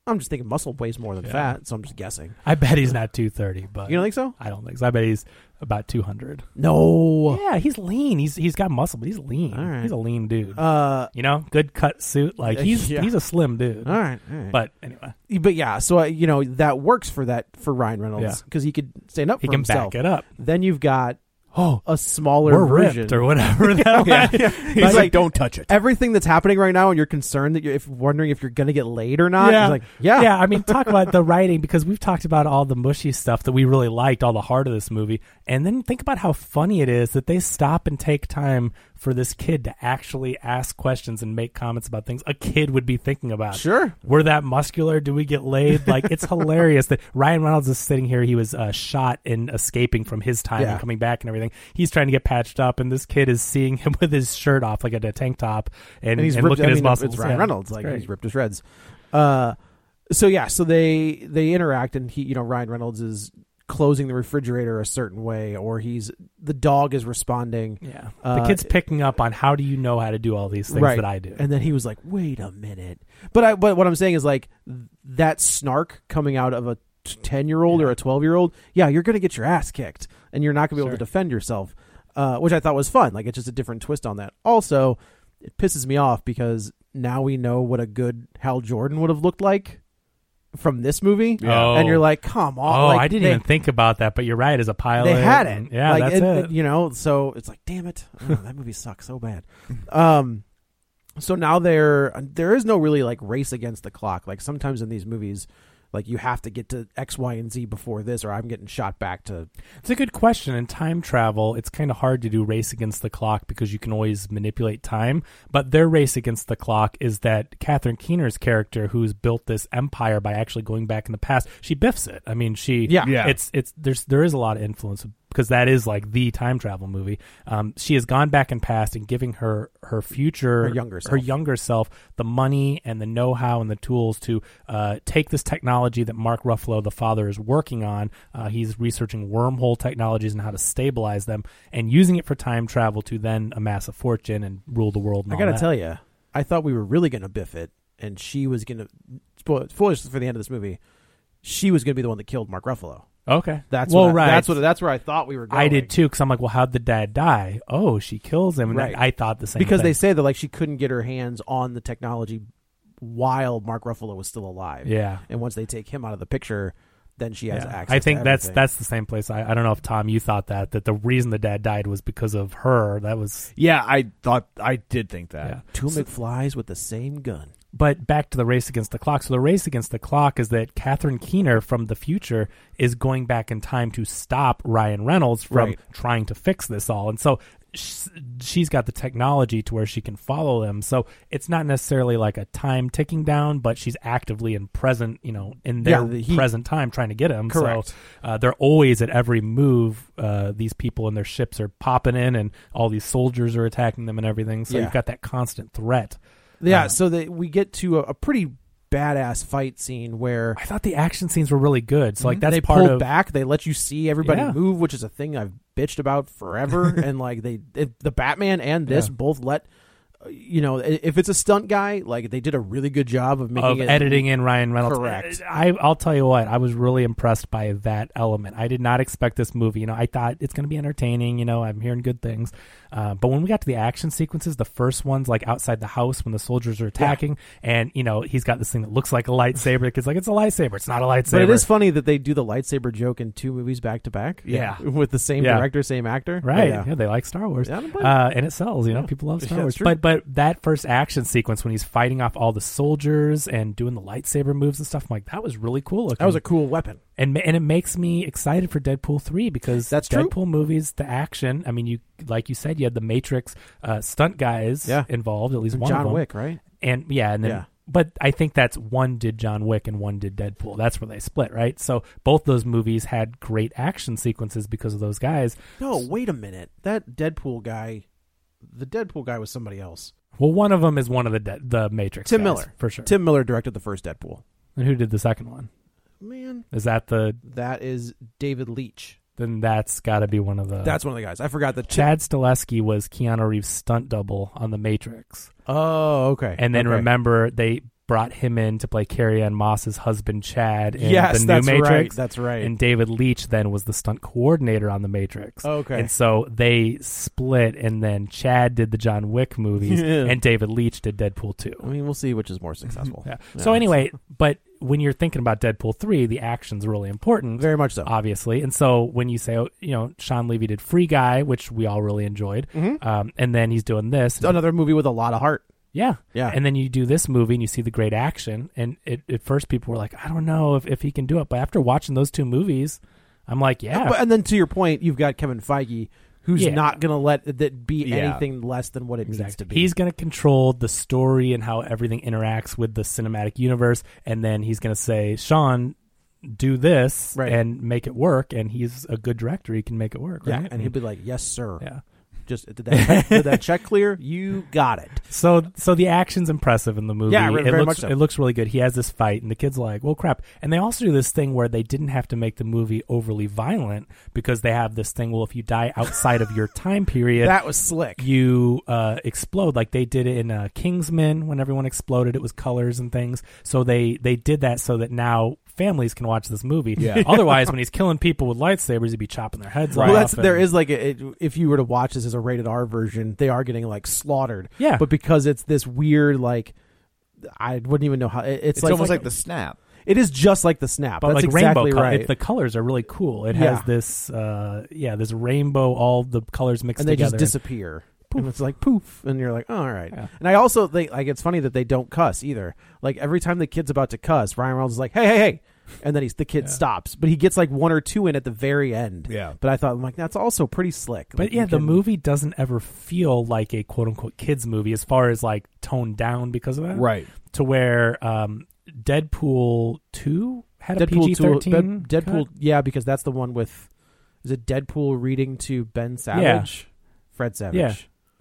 Speaker 4: I'm just thinking muscle weighs more than fat, so I'm just guessing.
Speaker 3: I bet he's not 230, but
Speaker 4: You don't think so?
Speaker 3: I don't think so. I bet he's about 200.
Speaker 4: No.
Speaker 3: Yeah, he's lean. He's he's got muscle, but he's lean.
Speaker 4: All right.
Speaker 3: He's a lean dude.
Speaker 4: Uh,
Speaker 3: you know, good cut suit. Like he's
Speaker 4: Yeah.
Speaker 3: he's a slim dude.
Speaker 4: all right, all right.
Speaker 3: But anyway,
Speaker 4: but yeah, so uh, you know that works for that for Ryan Reynolds
Speaker 3: Yeah.
Speaker 4: because he could stand up.
Speaker 3: he
Speaker 4: for
Speaker 3: can
Speaker 4: himself.
Speaker 3: back it up.
Speaker 4: Then you've got
Speaker 3: Oh,
Speaker 4: a smaller
Speaker 3: we're
Speaker 4: version. [laughs]
Speaker 3: ripped or whatever. That [laughs]
Speaker 4: Yeah,
Speaker 3: way.
Speaker 4: yeah. [laughs]
Speaker 2: He's like,
Speaker 4: like-
Speaker 2: "Don't touch it."
Speaker 4: Everything that's happening right now, and you're concerned that you're if wondering if you're gonna get laid or not.
Speaker 3: Yeah.
Speaker 4: It's like, yeah,
Speaker 3: yeah. I mean, talk about the writing because we've talked about all the mushy stuff that we really liked, all the heart of this movie, and then think about how funny it is that they stop and take time for this kid to actually ask questions and make comments about things a kid would be thinking about.
Speaker 4: Sure.
Speaker 3: we're that muscular. Do we get
Speaker 4: [laughs]
Speaker 3: laid? Like, it's hilarious that Ryan Reynolds is sitting here. He was uh, shot and escaping from his time
Speaker 4: Yeah.
Speaker 3: and coming back and everything. He's trying to get patched up, and this kid is seeing [laughs] him with his shirt off, like a, tank top, and,
Speaker 4: and he's ripped.
Speaker 3: looking
Speaker 4: I
Speaker 3: at his
Speaker 4: mean,
Speaker 3: muscles.
Speaker 4: It's Ryan
Speaker 3: Yeah.
Speaker 4: Reynolds,
Speaker 3: It's
Speaker 4: like
Speaker 3: great.
Speaker 4: he's ripped to shreds. Uh, so yeah, so they they interact, and he, you know, Ryan Reynolds is closing the refrigerator a certain way, or he's the dog is responding.
Speaker 3: Yeah. the
Speaker 4: Uh,
Speaker 3: kid's picking up on how do you know how to do all these things that I do.
Speaker 4: And then he was like, "Wait a minute." But I but what I'm saying is like th- that snark coming out of a 10-year-old or a 12-year-old, yeah, you're going to get your ass kicked and you're not going to be able to defend yourself. Uh, which I thought was fun. Like it's just a different twist on that. Also, it pisses me off because now we know what a good Hal Jordan would have looked like from this movie.
Speaker 3: Yeah.
Speaker 4: And you're like, "Come on."
Speaker 3: oh,
Speaker 4: like,
Speaker 3: I didn't
Speaker 4: they-
Speaker 3: even think about that, but you're right. As a pilot,
Speaker 4: they had
Speaker 3: and-
Speaker 4: it.
Speaker 3: Yeah,
Speaker 4: like,
Speaker 3: that's it.
Speaker 4: You know, so it's like, damn it, Oh, that movie sucks so bad. Um, so now there, there is no really like race against the clock. Like sometimes in these movies, like you have to get to X, Y, and Z before this, or I'm getting shot back to.
Speaker 3: It's a good question. In time travel, it's kind of hard to do race against the clock because you can always manipulate time. But their race against the clock is that Catherine Keener's character, who's built this empire by actually going back in the past, she biffs it. I mean, she
Speaker 4: Yeah. Yeah.
Speaker 3: It's it's there's there is a lot of influence because that is like the time travel movie. Um, she has gone back in past and giving her her future
Speaker 4: Her younger
Speaker 3: her
Speaker 4: self.
Speaker 3: younger self the money and the know-how and the tools to uh, take this technology that Mark Ruffalo, the father, is working on. Uh, he's researching wormhole technologies and how to stabilize them, and using it for time travel to then amass a fortune and rule the world. And
Speaker 4: I
Speaker 3: all
Speaker 4: gotta
Speaker 3: that.
Speaker 4: tell you, I thought we were really gonna biff it, and she was gonna spoil spoilers for the end of this movie. She was gonna be the one that killed Mark Ruffalo.
Speaker 3: Okay.
Speaker 4: That's
Speaker 3: well,
Speaker 4: what I-
Speaker 3: right.
Speaker 4: That's what. That's where I thought we were. going.
Speaker 3: I did too, because I'm like, well, how'd the dad die? Oh, she kills him. And
Speaker 4: Right.
Speaker 3: I, I thought the same
Speaker 4: because
Speaker 3: thing.
Speaker 4: they say that like she couldn't get her hands on the technology while Mark Ruffalo was still alive.
Speaker 3: Yeah.
Speaker 4: and once they take him out of the picture, then she has
Speaker 3: Yeah.
Speaker 4: access.
Speaker 3: I
Speaker 4: to
Speaker 3: think that's
Speaker 4: everything.
Speaker 3: that's the same place. I, I don't know if Tom, you thought that that the reason the dad died was because of her. That was
Speaker 5: Yeah, I thought I did think that.
Speaker 3: yeah.
Speaker 4: two McFlies with the same gun.
Speaker 3: But back to the race against the clock. So the race against the clock is that Catherine Keener from the future is going back in time to stop Ryan Reynolds from
Speaker 4: Right.
Speaker 3: trying to fix this all, and so sh- she's got the technology to where she can follow them. So it's not necessarily like a time ticking down, but she's actively in present, you know, in their
Speaker 4: Yeah, the- he-
Speaker 3: present time trying to get him.
Speaker 4: Correct.
Speaker 3: So uh, they're always at every move. Uh, these people and their ships are popping in, and all these soldiers are attacking them and everything. So
Speaker 4: Yeah.
Speaker 3: you've got that constant threat.
Speaker 4: Yeah, so that we get to a, a pretty badass fight scene where
Speaker 3: I thought the action scenes were really good. So like that's
Speaker 4: Mm-hmm. they
Speaker 3: part
Speaker 4: pull
Speaker 3: of
Speaker 4: back. They let you see everybody
Speaker 3: Yeah.
Speaker 4: move, which is a thing I've bitched
Speaker 3: [laughs]
Speaker 4: about forever. and like they, it, the Batman and this
Speaker 3: Yeah.
Speaker 4: both let. uh, You know, i- if it's a stunt guy, like they did a really good job of making
Speaker 3: of
Speaker 4: it
Speaker 3: editing in Ryan Reynolds.
Speaker 4: Correct.
Speaker 3: I, I'll tell you what, I was really impressed by that element. I did not expect this movie. You know, I thought it's going to be entertaining. You know, I'm hearing good things. Uh, but when we got to the action sequences, the first ones like outside the house when the soldiers are attacking, and you know he's got this thing that looks like a lightsaber. It's like it's a lightsaber. It's not a lightsaber.
Speaker 4: But it is funny that they do the lightsaber joke in two movies back to back.
Speaker 3: Yeah.
Speaker 4: [laughs] with the same
Speaker 3: Yeah.
Speaker 4: director, same actor.
Speaker 3: Right.
Speaker 4: Yeah.
Speaker 3: Yeah. they like Star Wars.
Speaker 4: Yeah, I don't blame
Speaker 3: uh, and it sells, you know, people love Star
Speaker 4: Yeah,
Speaker 3: Wars.
Speaker 4: it's true.
Speaker 3: But but that first action sequence when he's fighting off all the soldiers and doing the lightsaber moves and stuff, I'm like, that was really cool looking.
Speaker 4: That was a cool weapon.
Speaker 3: and ma- and it makes me excited for Deadpool three because
Speaker 4: That's true.
Speaker 3: Deadpool movies, the action. I mean, you like you said, you had the Matrix uh, stunt guys
Speaker 4: Yeah.
Speaker 3: involved, at least one of
Speaker 4: John
Speaker 3: them.
Speaker 4: Wick, right?
Speaker 3: and yeah, and then.
Speaker 4: Yeah.
Speaker 3: But I think that's one did John Wick and one did Deadpool. That's where they split, right? So both those movies had great action sequences because of those guys.
Speaker 4: No, wait a minute. That Deadpool guy, the Deadpool guy was somebody else.
Speaker 3: Well, one of them is one of the de- the Matrix.
Speaker 4: Tim
Speaker 3: guys,
Speaker 4: Miller,
Speaker 3: for sure.
Speaker 4: Tim Miller directed the first Deadpool.
Speaker 3: And who did the second one?
Speaker 4: Man,
Speaker 3: Is that the?
Speaker 4: that is David Leitch.
Speaker 3: Then that's got to be one of the.
Speaker 4: That's one of the guys. I forgot the
Speaker 3: Chad Stileski was Keanu Reeves' stunt double on the Matrix,
Speaker 4: Oh, okay.
Speaker 3: and then
Speaker 4: Okay.
Speaker 3: remember they brought him in to play Carrie Ann Moss's husband Chad in
Speaker 4: Yes,
Speaker 3: the new
Speaker 4: that's right,
Speaker 3: Matrix.
Speaker 4: that's right.
Speaker 3: And David Leitch then was the stunt coordinator on the Matrix.
Speaker 4: Okay.
Speaker 3: and so they split, and then Chad did the John Wick
Speaker 4: [laughs]
Speaker 3: movies,
Speaker 4: Yeah.
Speaker 3: and David Leitch did Deadpool two.
Speaker 4: I mean, we'll see which is more successful.
Speaker 3: [laughs] Yeah. So anyway,
Speaker 4: [laughs]
Speaker 3: but when you're thinking about Deadpool three, the action's really important,
Speaker 4: very much so.
Speaker 3: obviously. And so when you say, oh, you know, Sean Levy did Free Guy, which we all really enjoyed,
Speaker 4: Mm-hmm.
Speaker 3: um, and then he's doing this, and-
Speaker 4: Another movie with a lot of heart.
Speaker 3: yeah,
Speaker 4: Oh, Yeah.
Speaker 3: and then you do this movie and you see the great action, and it, at first people were like, I don't know if, if he can do it, but after watching those two movies, I'm like, yeah,
Speaker 4: But, and then to your point, you've got Kevin Feige, who's
Speaker 3: Yeah.
Speaker 4: not going to let that be
Speaker 5: Yeah.
Speaker 4: anything less than what it needs to be.
Speaker 3: He's going to control the story and how everything interacts with the cinematic universe, and then he's going to say, "Sean, do this
Speaker 4: Right.
Speaker 3: and make it work." And he's a good director; he can make it work.
Speaker 4: yeah,
Speaker 3: right?
Speaker 4: and he'll be like, "Yes, sir."
Speaker 3: yeah.
Speaker 4: Just did that, did that
Speaker 3: [laughs]
Speaker 4: check clear? You got it.
Speaker 3: So, so the action's impressive in the movie.
Speaker 4: Yeah, very-
Speaker 3: it
Speaker 4: very
Speaker 3: looks
Speaker 4: much so.
Speaker 3: it looks really good. He has this fight, and the kids like, "Well, crap!" And they also do this thing where they didn't have to make the movie overly violent because they have this thing. Well, if you die outside of your time period,
Speaker 4: [laughs] That was slick.
Speaker 3: you uh, explode like they did it in uh, Kingsman when everyone exploded. It was colors and things. So they they did that so that now families can watch this movie. Yeah. [laughs] Otherwise, when he's killing people with lightsabers, he'd be chopping their heads off.
Speaker 4: Well, that's
Speaker 3: and-
Speaker 4: there is like a, it, if you were to watch this as a rated R version, they are getting like slaughtered.
Speaker 3: Yeah.
Speaker 4: but because it's this weird like. I wouldn't even know how it- it's,
Speaker 5: It's
Speaker 4: like,
Speaker 5: almost like, the snap.
Speaker 4: it is just like the snap.
Speaker 3: But
Speaker 4: That's
Speaker 3: like
Speaker 4: exactly
Speaker 3: rainbow, col-
Speaker 4: right.
Speaker 3: it- the colors are really cool. It
Speaker 4: Yeah.
Speaker 3: has this, uh, yeah, this rainbow, all the colors mixed
Speaker 4: and they
Speaker 3: together.
Speaker 4: just disappear. And it's like poof, and you're like, oh, all right. And I also think like it's funny that they don't cuss either. Like every time the kid's about to cuss, Ryan Reynolds is like, hey, hey, hey, and then he's the kid stops, but he gets like one or two in at the very end.
Speaker 5: Yeah.
Speaker 4: But I thought I'm like that's also pretty slick.
Speaker 3: But
Speaker 4: Like,
Speaker 3: yeah,
Speaker 4: you
Speaker 3: the
Speaker 4: can-
Speaker 3: movie doesn't ever feel like a quote unquote kids movie as far as like toned down because of that.
Speaker 5: Right.
Speaker 3: To where um, Deadpool 2 had a PG
Speaker 4: Deadpool two,
Speaker 3: 13.
Speaker 4: Dead- Deadpool, yeah, because that's the one with is it Deadpool reading to Ben Savage, Fred Savage,
Speaker 3: Yeah.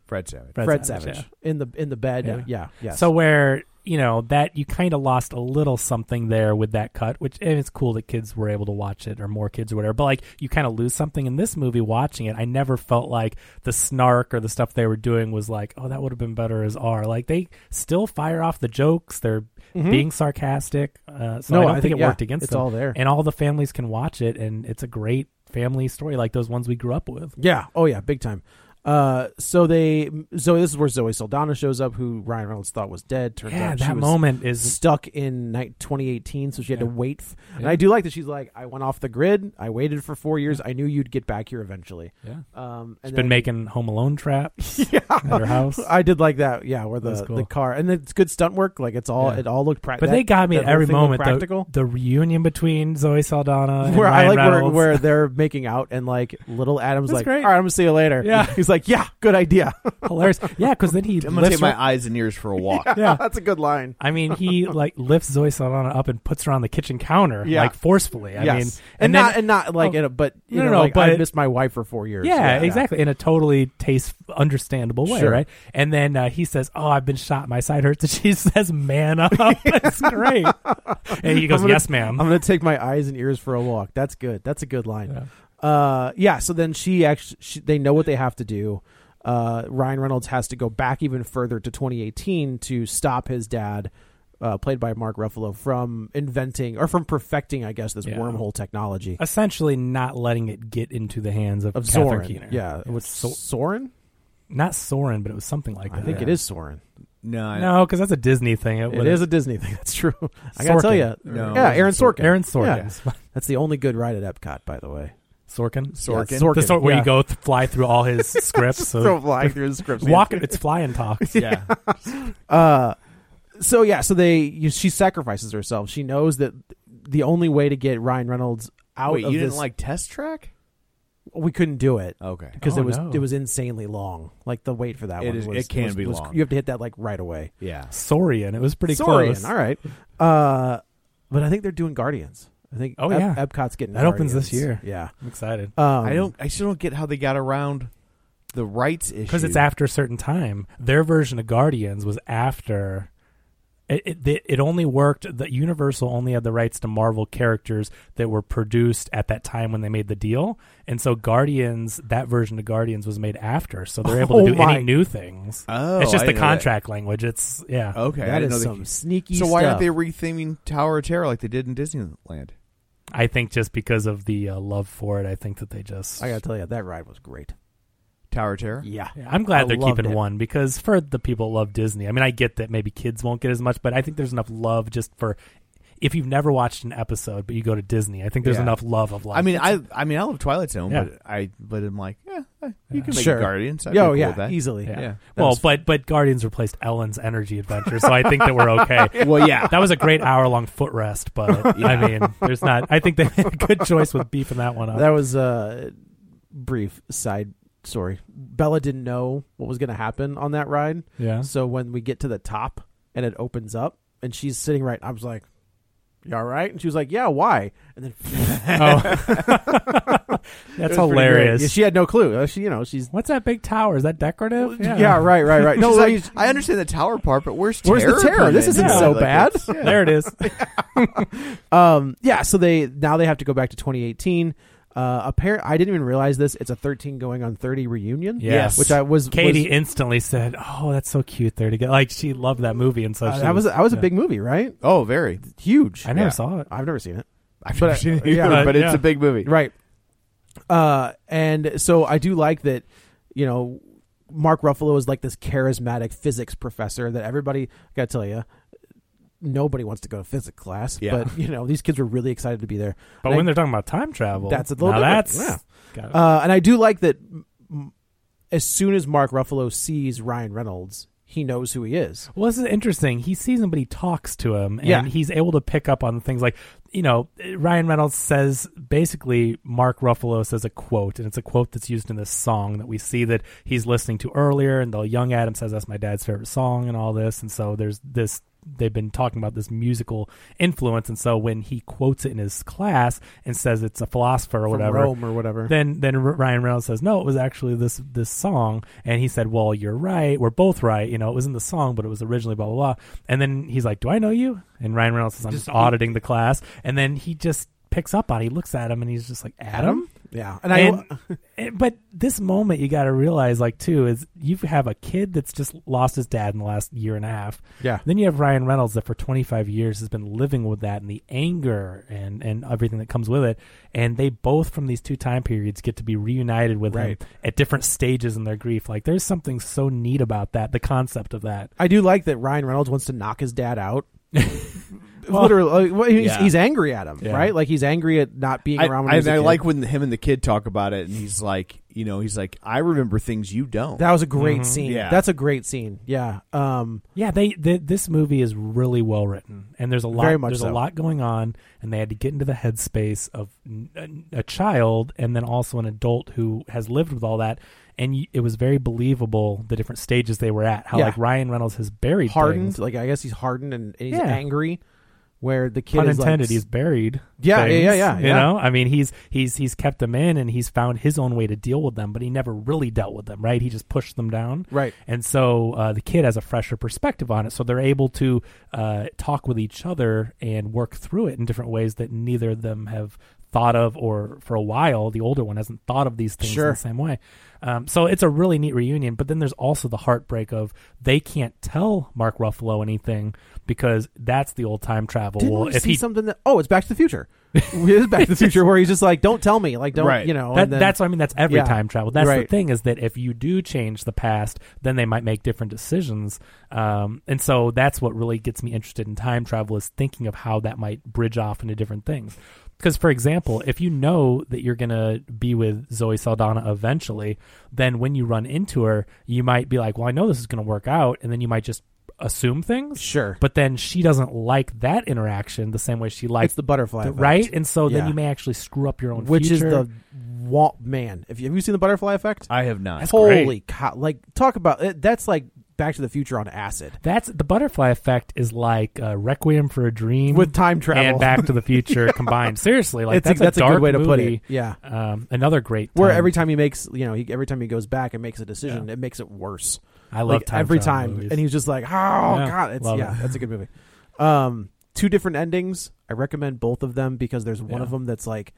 Speaker 5: Fred Savage.
Speaker 4: Fred, Savage, in the in the bed.
Speaker 3: Yeah.
Speaker 4: Yeah, yeah.
Speaker 3: So where you know that you kind of lost a little something there with that cut which and it's cool that kids were able to watch it or more kids or whatever but like you kind of lose something in this movie watching it i never felt like the snark or the stuff they were doing was like oh that would have been better as r like they still fire off the jokes they're being sarcastic uh, so
Speaker 4: Mm-hmm.
Speaker 3: i
Speaker 4: No,
Speaker 3: don't
Speaker 4: I
Speaker 3: think,
Speaker 4: think-
Speaker 3: it
Speaker 4: yeah,
Speaker 3: worked against
Speaker 4: it's
Speaker 3: them.
Speaker 4: all there.
Speaker 3: and all the families can watch it and it's a great family story like those ones we grew up with
Speaker 4: Yeah. Oh yeah, big time. Uh, so they Zoe. This is where Zoe Saldana shows up, who Ryan Reynolds thought was dead. Turns
Speaker 3: yeah
Speaker 4: out she
Speaker 3: that
Speaker 4: was
Speaker 3: moment is
Speaker 4: stuck in night 2018, so she had to wait. F- And I do like that she's like, I went off the grid. I waited for four years. I knew you'd get back here eventually.
Speaker 3: yeah
Speaker 4: Um,
Speaker 3: She's
Speaker 4: and then-
Speaker 3: been making Home Alone traps
Speaker 4: [laughs]
Speaker 3: at her house.
Speaker 4: I did like that. Yeah, where
Speaker 3: That's
Speaker 4: the,
Speaker 3: cool.
Speaker 4: the car and it's good stunt work. Like it's all
Speaker 3: Yeah.
Speaker 4: it all looked practical.
Speaker 3: But they got me at every moment. The,
Speaker 4: Practical.
Speaker 3: the reunion between Zoe Saldana [laughs] and
Speaker 4: where I
Speaker 3: Ryan
Speaker 4: like where,
Speaker 3: Reynolds.
Speaker 4: where they're making out and like little Adam's
Speaker 3: That's
Speaker 4: like,
Speaker 3: great.
Speaker 4: all right, I'm gonna see you later.
Speaker 3: Yeah.
Speaker 4: he's like, yeah, good idea.
Speaker 3: [laughs] hilarious. Yeah, because
Speaker 4: [laughs]
Speaker 3: then he
Speaker 2: I'm gonna
Speaker 3: lifts
Speaker 2: take
Speaker 3: her.
Speaker 2: my eyes and ears for a walk.
Speaker 3: Yeah.
Speaker 4: that's a good line.
Speaker 3: I mean,
Speaker 4: [laughs]
Speaker 3: he like lifts Zoe Saldana up and puts her on the kitchen counter
Speaker 4: Yeah.
Speaker 3: like forcefully. I
Speaker 4: yes,
Speaker 3: mean,
Speaker 4: and, not
Speaker 3: then-
Speaker 4: and not like
Speaker 3: Oh.
Speaker 4: in a but you
Speaker 3: No,
Speaker 4: know
Speaker 3: no,
Speaker 4: like
Speaker 3: but-
Speaker 4: I missed my wife for four years.
Speaker 3: Yeah, exactly. In a totally taste understandable way,
Speaker 4: Sure.
Speaker 3: right? And then uh, he says, "Oh, I've been shot. My side hurts." [laughs] And she says, "Man up." [laughs] That's
Speaker 4: [laughs]
Speaker 3: great. and he goes,
Speaker 4: I'm gonna-
Speaker 3: "Yes, ma'am."
Speaker 4: I'm gonna take my eyes and ears for a walk. That's good. That's a good line. Uh, yeah. So then she actually she, they know what they have to do. Uh, Ryan Reynolds has to go back even further to 2018 to stop his dad, uh, played by Mark Ruffalo, from inventing or from perfecting, I guess, this
Speaker 3: Yeah.
Speaker 4: wormhole technology
Speaker 3: Essentially, not letting it get into the hands of,
Speaker 4: of
Speaker 3: Catherine
Speaker 4: Soren.
Speaker 3: Keener.
Speaker 4: Yeah,
Speaker 3: it was so-
Speaker 4: Soren?
Speaker 3: not Soren, but it was something like
Speaker 4: I
Speaker 3: that.
Speaker 4: think it is Soren.
Speaker 2: No, I,
Speaker 3: No, because that's a Disney thing.
Speaker 4: It is a Disney thing. [laughs] That's true. I gotta tell you,
Speaker 3: Sorkin.
Speaker 2: No.
Speaker 4: yeah, Aaron Sorkin.
Speaker 3: Aaron Sorkin.
Speaker 4: That's the only good ride at Epcot, by the way.
Speaker 3: Sorkin.
Speaker 4: Sorkin.
Speaker 3: Yeah, The sort where
Speaker 4: Yeah.
Speaker 3: you go th- fly through all
Speaker 4: [laughs]
Speaker 3: his scripts. So,
Speaker 4: flying
Speaker 2: [laughs]
Speaker 4: through the scripts.
Speaker 3: walk. It's fly and
Speaker 4: [laughs]
Speaker 3: talk.
Speaker 2: yeah.
Speaker 4: Uh, so yeah, so they you, she sacrifices herself. She knows that the only way to get Ryan Reynolds out
Speaker 2: Wait,
Speaker 4: of
Speaker 2: you didn't
Speaker 4: this,
Speaker 2: like Test Track?
Speaker 4: we couldn't do it
Speaker 2: Okay.
Speaker 4: because
Speaker 3: Oh,
Speaker 4: it was
Speaker 3: no.
Speaker 4: it was insanely long. Like the wait for that
Speaker 2: It
Speaker 4: one
Speaker 2: is-
Speaker 4: was
Speaker 2: it can
Speaker 4: was-
Speaker 2: be
Speaker 4: was-
Speaker 2: long.
Speaker 4: You have to hit that like right away.
Speaker 2: Yeah.
Speaker 3: Sorian. It was pretty
Speaker 4: Sorry,
Speaker 3: close.
Speaker 4: all right. Uh, but I think they're doing Guardians. I think
Speaker 3: Oh,
Speaker 4: Ep-
Speaker 3: yeah.
Speaker 4: Epcot's getting
Speaker 3: That opens this
Speaker 4: Guardians.
Speaker 3: I'm excited
Speaker 4: Yeah, um,
Speaker 2: I don't. I still don't get how they got around the rights issue
Speaker 3: because it's after a certain time. Their version of Guardians was after. It, it- it, it only worked. The Universal only had the rights to Marvel characters that were produced at that time when they made the deal, and so Guardians, that version of Guardians, was made after. So they're able
Speaker 4: Oh,
Speaker 3: to do
Speaker 4: my.
Speaker 3: any new things.
Speaker 2: Oh,
Speaker 3: it's just
Speaker 2: I
Speaker 3: the
Speaker 2: didn't know that.
Speaker 3: contract language. It's yeah.
Speaker 2: Okay, I
Speaker 4: That
Speaker 2: didn't know
Speaker 4: is
Speaker 2: they-
Speaker 4: some sneaky.
Speaker 2: So why
Speaker 4: stuff.
Speaker 2: aren't they retheming Tower of Terror like they did in Disneyland?
Speaker 3: I think just because of the uh, love for it, I think that they just.
Speaker 4: I gotta tell you, that ride was great.
Speaker 2: Tower of Terror.
Speaker 4: Yeah,
Speaker 3: Yeah, I'm glad
Speaker 4: I
Speaker 3: they're
Speaker 4: loved
Speaker 3: keeping
Speaker 4: it.
Speaker 3: one because for the people who love Disney, I mean, I get that maybe kids won't get as much, but I think there's enough love just for if you've never watched an episode, but you go to Disney, I think there's
Speaker 2: Yeah.
Speaker 3: enough love of like.
Speaker 2: I mean, I I mean I love Twilight Zone,
Speaker 3: Yeah.
Speaker 2: but I but I'm like, yeah, you can make
Speaker 4: Sure.
Speaker 2: a Guardians. I'd be
Speaker 4: Oh,
Speaker 2: cool
Speaker 4: yeah,
Speaker 2: with that.
Speaker 4: easily.
Speaker 3: yeah.
Speaker 2: yeah.
Speaker 3: Well, but but Guardians replaced Ellen's Energy Adventure, so I think that we're
Speaker 4: [laughs]
Speaker 3: okay.
Speaker 2: Well, yeah.
Speaker 3: That was a great hour long foot rest, but I mean, there's not. I think they made a good choice with beefing that one up.
Speaker 4: Uh, That was a brief side story. Bella didn't know what was going to happen on that ride.
Speaker 3: yeah.
Speaker 4: So when we get to the top and it opens up and she's sitting right, I was like, you all right? And she was like, yeah, why? And then [laughs]
Speaker 3: Oh. That's
Speaker 4: It was pretty great.
Speaker 3: hilarious.
Speaker 4: Yeah, she had no clue. Uh, She, you know, she's.
Speaker 3: What's that big tower? Is that decorative?
Speaker 4: Yeah. right, right, right. [laughs] No,
Speaker 2: She's
Speaker 4: like,
Speaker 2: like, I understand the tower part, but where's
Speaker 4: Where's the
Speaker 2: terror?
Speaker 4: terror?
Speaker 2: come
Speaker 4: This
Speaker 2: in?"
Speaker 4: isn't
Speaker 2: Yeah,
Speaker 4: so
Speaker 2: like,
Speaker 4: bad.
Speaker 2: it's- yeah.
Speaker 3: [laughs] There it
Speaker 4: [laughs]
Speaker 3: is.
Speaker 4: um, yeah. So they now they have to go back to 2018. Uh, apparent. I didn't even realize this. It's a 13 going on 30 reunion.
Speaker 3: Yes.
Speaker 4: which I was
Speaker 3: Katie
Speaker 4: Was,
Speaker 3: instantly said, "Oh, that's so cute." There to go, like she loved that movie, and so
Speaker 4: uh,
Speaker 3: she
Speaker 4: that was that was a
Speaker 3: yeah.
Speaker 4: big movie, right?
Speaker 2: Oh, very.
Speaker 4: Huge.
Speaker 3: I never
Speaker 2: yeah.
Speaker 3: saw it.
Speaker 4: I've never seen it.
Speaker 2: I've never
Speaker 4: I-
Speaker 2: seen it
Speaker 4: [laughs] yeah,
Speaker 2: either,
Speaker 3: but-
Speaker 2: but it's
Speaker 3: yeah.
Speaker 2: a big movie.
Speaker 4: Right. Uh, and so I do like that, you know, Mark Ruffalo is like this charismatic physics professor that everybody, I gotta tell you, nobody wants to go to physics class.
Speaker 2: Yeah.
Speaker 4: But, you know, these kids were really excited to be there.
Speaker 3: But
Speaker 4: And I-
Speaker 3: when they're talking about time travel,
Speaker 4: That's a little
Speaker 3: now
Speaker 4: different.
Speaker 3: that's got it.
Speaker 4: Uh, and I do like that m- as soon as Mark Ruffalo sees Ryan Reynolds, he knows who he is.
Speaker 3: Well, this is interesting. He sees him, but he talks to him, and
Speaker 4: Yeah.
Speaker 3: he's able to pick up on things like, you know, Ryan Reynolds says basically Mark Ruffalo says a quote, and it's a quote that's used in this song that we see that he's listening to earlier, and the young Adam says that's my dad's favorite song and all this, and so there's this they've been talking about this musical influence, and so when he quotes it in his class and says it's a philosopher or
Speaker 4: From
Speaker 3: whatever,
Speaker 4: Rome or whatever.
Speaker 3: then then R- Ryan Reynolds says, "No, it was actually this this song." And he said, "Well, you're right. We're both right. You know, it was in the song, but it was originally blah blah blah." And then he's like, "Do I know you?" And Ryan Reynolds says, "I'm just, auditing the class." And then he just picks up on. it. He looks at him and he's just like, "Adam."
Speaker 4: yeah, and I
Speaker 3: And, [laughs] and- but this moment you got to realize, like, too, is you have a kid that's just lost his dad in the last year and a half.
Speaker 4: Yeah.
Speaker 3: Then you have Ryan Reynolds that for 25 years has been living with that and the anger and and everything that comes with it. And they both from these two time periods get to be reunited with him
Speaker 4: Right.
Speaker 3: at different stages in their grief. Like, there's something so neat about that, the concept of that.
Speaker 4: I do like that Ryan Reynolds wants to knock his dad out.
Speaker 3: [laughs] Well-
Speaker 4: Literally, like, well, he's,
Speaker 5: Yeah.
Speaker 4: he's angry at him,
Speaker 5: Yeah.
Speaker 4: right? Like he's angry at not being
Speaker 5: I,
Speaker 4: around. When
Speaker 5: I-
Speaker 4: he was a
Speaker 5: I
Speaker 4: kid.
Speaker 5: like when him and the kid talk about it, and he's like, you know, he's like, I remember things you don't.
Speaker 4: that was a great
Speaker 3: Mm-hmm.
Speaker 4: scene.
Speaker 5: Yeah.
Speaker 4: That's a great scene. Yeah. Um.
Speaker 3: Yeah, they, they this movie is really well written, and there's a lot
Speaker 4: Very much
Speaker 3: there's a
Speaker 4: so.
Speaker 3: lot going on, and they had to get into the headspace of n- a, a child and then also an adult who has lived with all that, and y- it was very believable the different stages they were at. How
Speaker 4: Yeah.
Speaker 3: like Ryan Reynolds has buried
Speaker 4: hardened.
Speaker 3: things,
Speaker 4: Like I guess he's hardened and, and he's
Speaker 3: Yeah.
Speaker 4: angry. Where the kid
Speaker 3: pun
Speaker 4: is like,
Speaker 3: intended, he's buried.
Speaker 4: Yeah, yeah,
Speaker 3: things,
Speaker 4: yeah, yeah,
Speaker 3: You
Speaker 4: yeah.
Speaker 3: know, I mean, he's he's he's kept them in, and he's found his own way to deal with them, but he never really dealt with them, right? He just pushed them down,
Speaker 4: Right.
Speaker 3: And so uh, the kid has a fresher perspective on it, so they're able to uh, talk with each other and work through it in different ways that neither of them have thought of, or for a while, the older one hasn't thought of these things in
Speaker 4: Sure.
Speaker 3: the same way. Um, so it's a really neat reunion. But then there's also the heartbreak of they can't tell Mark Ruffalo anything because that's the old time travel.
Speaker 4: Didn't
Speaker 3: Well,
Speaker 4: we
Speaker 3: if
Speaker 4: see
Speaker 3: he
Speaker 4: something that? Oh, it's Back to the Future. [laughs] it is Back
Speaker 3: [laughs]
Speaker 4: to the Future where he's just like, "Don't tell me, like, don't
Speaker 5: Right.
Speaker 4: you know."
Speaker 3: That,
Speaker 4: and then-
Speaker 3: that's I mean that's every
Speaker 4: Yeah.
Speaker 3: time travel. That's the
Speaker 4: Right.
Speaker 3: thing is that if you do change the past, then they might make different decisions. Um, and so that's what really gets me interested in time travel is thinking of how that might bridge off into different things. Because for example, if you know that you're gonna be with Zoe Saldana eventually, then when you run into her, you might be like, "Well, I know this is gonna work out," and then you might just assume things.
Speaker 4: Sure.
Speaker 3: But then she doesn't like that interaction the same way she likes
Speaker 4: it's the butterfly, effect.
Speaker 3: right. And so then
Speaker 4: Yeah.
Speaker 3: you may actually screw up your own
Speaker 4: Which
Speaker 3: future.
Speaker 4: is the wa- man. If you, have you seen the butterfly effect?
Speaker 5: I have not.
Speaker 4: Holy
Speaker 3: great.
Speaker 4: cow! Like talk about it, that's like Back to the Future on acid
Speaker 3: That's the butterfly effect is like uh, Requiem for a Dream
Speaker 4: with time travel.
Speaker 3: and Back
Speaker 4: [laughs]
Speaker 3: to the Future combined. Seriously, like
Speaker 4: It's a-
Speaker 3: that's,
Speaker 4: that's
Speaker 3: a
Speaker 4: a
Speaker 3: dark
Speaker 4: good way to
Speaker 3: movie.
Speaker 4: put it. Yeah.
Speaker 3: um, another great.
Speaker 4: where
Speaker 3: time-
Speaker 4: every time he makes, you know, he, every time he goes back and makes a decision, it makes it worse.
Speaker 3: I love
Speaker 4: Like,
Speaker 3: time
Speaker 4: every
Speaker 3: travel
Speaker 4: time,
Speaker 3: movies.
Speaker 4: and he's just like, oh
Speaker 3: Yeah,
Speaker 4: god, it's
Speaker 3: love
Speaker 4: yeah,
Speaker 3: it.
Speaker 4: that's a good movie. Um, two different endings. I recommend both of them because there's one
Speaker 3: Yeah.
Speaker 4: of them that's like,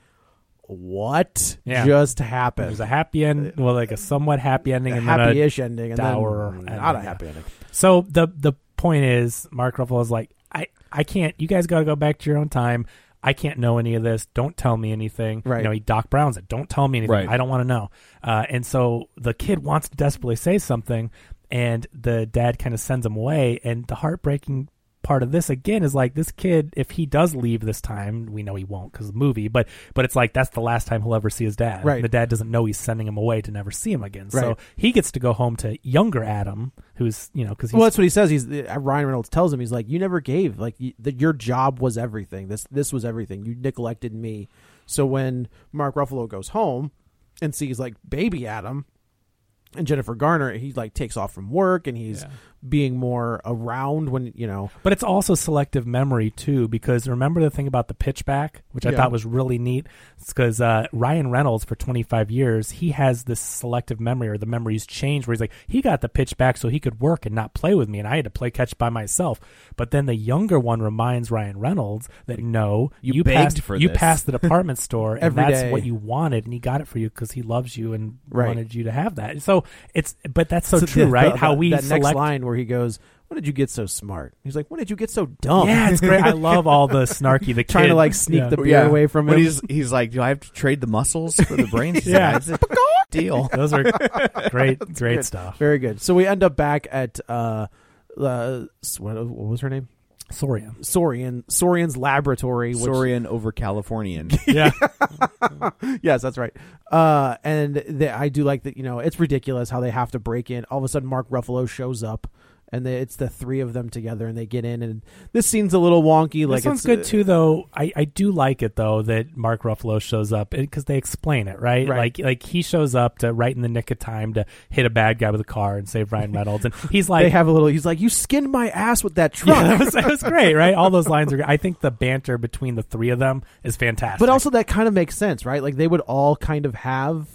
Speaker 4: what
Speaker 3: Yeah.
Speaker 4: just happened?
Speaker 3: there's a happy end, well, like a somewhat happy ending,
Speaker 4: a
Speaker 3: and then a
Speaker 4: happy-ish ending, and
Speaker 3: dour
Speaker 4: then
Speaker 3: ending,
Speaker 4: not a
Speaker 3: yeah.
Speaker 4: happy ending.
Speaker 3: So the the point is, Mark Ruffalo is like, I I can't. You guys got to go back to your own time. I can't know any of this. Don't tell me anything.
Speaker 4: Right.
Speaker 3: You know, he Doc Brown's it. Don't tell me anything.
Speaker 5: Right.
Speaker 3: I don't want to know. Uh, and so the kid wants to desperately say something, and the dad kind of sends him away. And the heartbreaking part of this again is like this kid, if he does leave this time, we know he won't because of the movie. But but it's like that's the last time he'll ever see his dad.
Speaker 4: Right.
Speaker 3: The dad doesn't know he's sending him away to never see him again. So
Speaker 4: Right.
Speaker 3: he gets to go home to younger Adam, who's you know because he's
Speaker 4: Well, that's what he says. He's uh, Ryan Reynolds tells him he's like, "You never gave like y that your job was everything. This this was everything. You neglected me." So when Mark Ruffalo goes home and sees like baby Adam and Jennifer Garner, he like takes off from work and he's being more around when you know.
Speaker 3: But it's also selective memory too, because remember the thing about the pitchback, which I
Speaker 4: Yeah.
Speaker 3: thought was really neat. It's because uh, Ryan Reynolds for 25 years he has this selective memory or the memories change where he's like he got the pitchback so he could work and not play with me, and I had to play catch by myself. But then the younger one reminds Ryan Reynolds that no,
Speaker 5: you begged
Speaker 3: passed
Speaker 5: for
Speaker 3: you
Speaker 5: this."
Speaker 4: [laughs]
Speaker 3: passed the department store and
Speaker 4: Every
Speaker 3: that's
Speaker 4: day.
Speaker 3: what you wanted, and he got it for you because he loves you and
Speaker 4: Right.
Speaker 3: wanted you to have that. So it's but that's so,
Speaker 4: [laughs] the-
Speaker 3: true,
Speaker 4: the-
Speaker 3: right? How
Speaker 4: that-
Speaker 3: we
Speaker 4: that next
Speaker 3: select
Speaker 4: line where he goes, "When did you get so smart?" He's like, "When did you get so dumb?"
Speaker 3: Yeah,
Speaker 4: [laughs]
Speaker 3: it's great. I love all the snarky. The kid.
Speaker 4: Oh. Trying to, like, sneak
Speaker 3: Yeah.
Speaker 4: the beer away from
Speaker 5: When
Speaker 4: him.
Speaker 5: He's, he's like, do I have to trade the muscles for the brains?
Speaker 3: Yeah.
Speaker 5: It's a deal.
Speaker 3: [laughs] Those are
Speaker 4: [laughs]
Speaker 3: great, great stuff.
Speaker 4: Very good. So we end up back at uh, uh s- what, what was her name?
Speaker 3: Soria.
Speaker 4: Saurian Saurian's laboratory. Which,
Speaker 5: Saurian over Californian.
Speaker 3: Yeah,
Speaker 4: yes, that's right. Uh, and the, I do like that. You know, it's ridiculous how they have to break in. All of a sudden, Mark Ruffalo shows up and they, it's the three of them together, and they get in. And this scene's a little wonky. like
Speaker 3: this one's
Speaker 4: it's,
Speaker 3: good
Speaker 4: uh,
Speaker 3: too, though. I, I do like it though that Mark Ruffalo shows up because they explain it right?
Speaker 4: Right.
Speaker 3: Like like he shows up to right in the nick of time to hit a bad guy with a car and save Ryan Reynolds, and he's like
Speaker 4: They have a little. He's like, "You skinned my ass with that
Speaker 3: [laughs]
Speaker 4: truck."
Speaker 3: Yeah, [laughs] it, was, it was great, right? All those lines are. I think the banter between the three of them is fantastic.
Speaker 4: [laughs] But also that kind of makes sense, right? Like they would all kind of have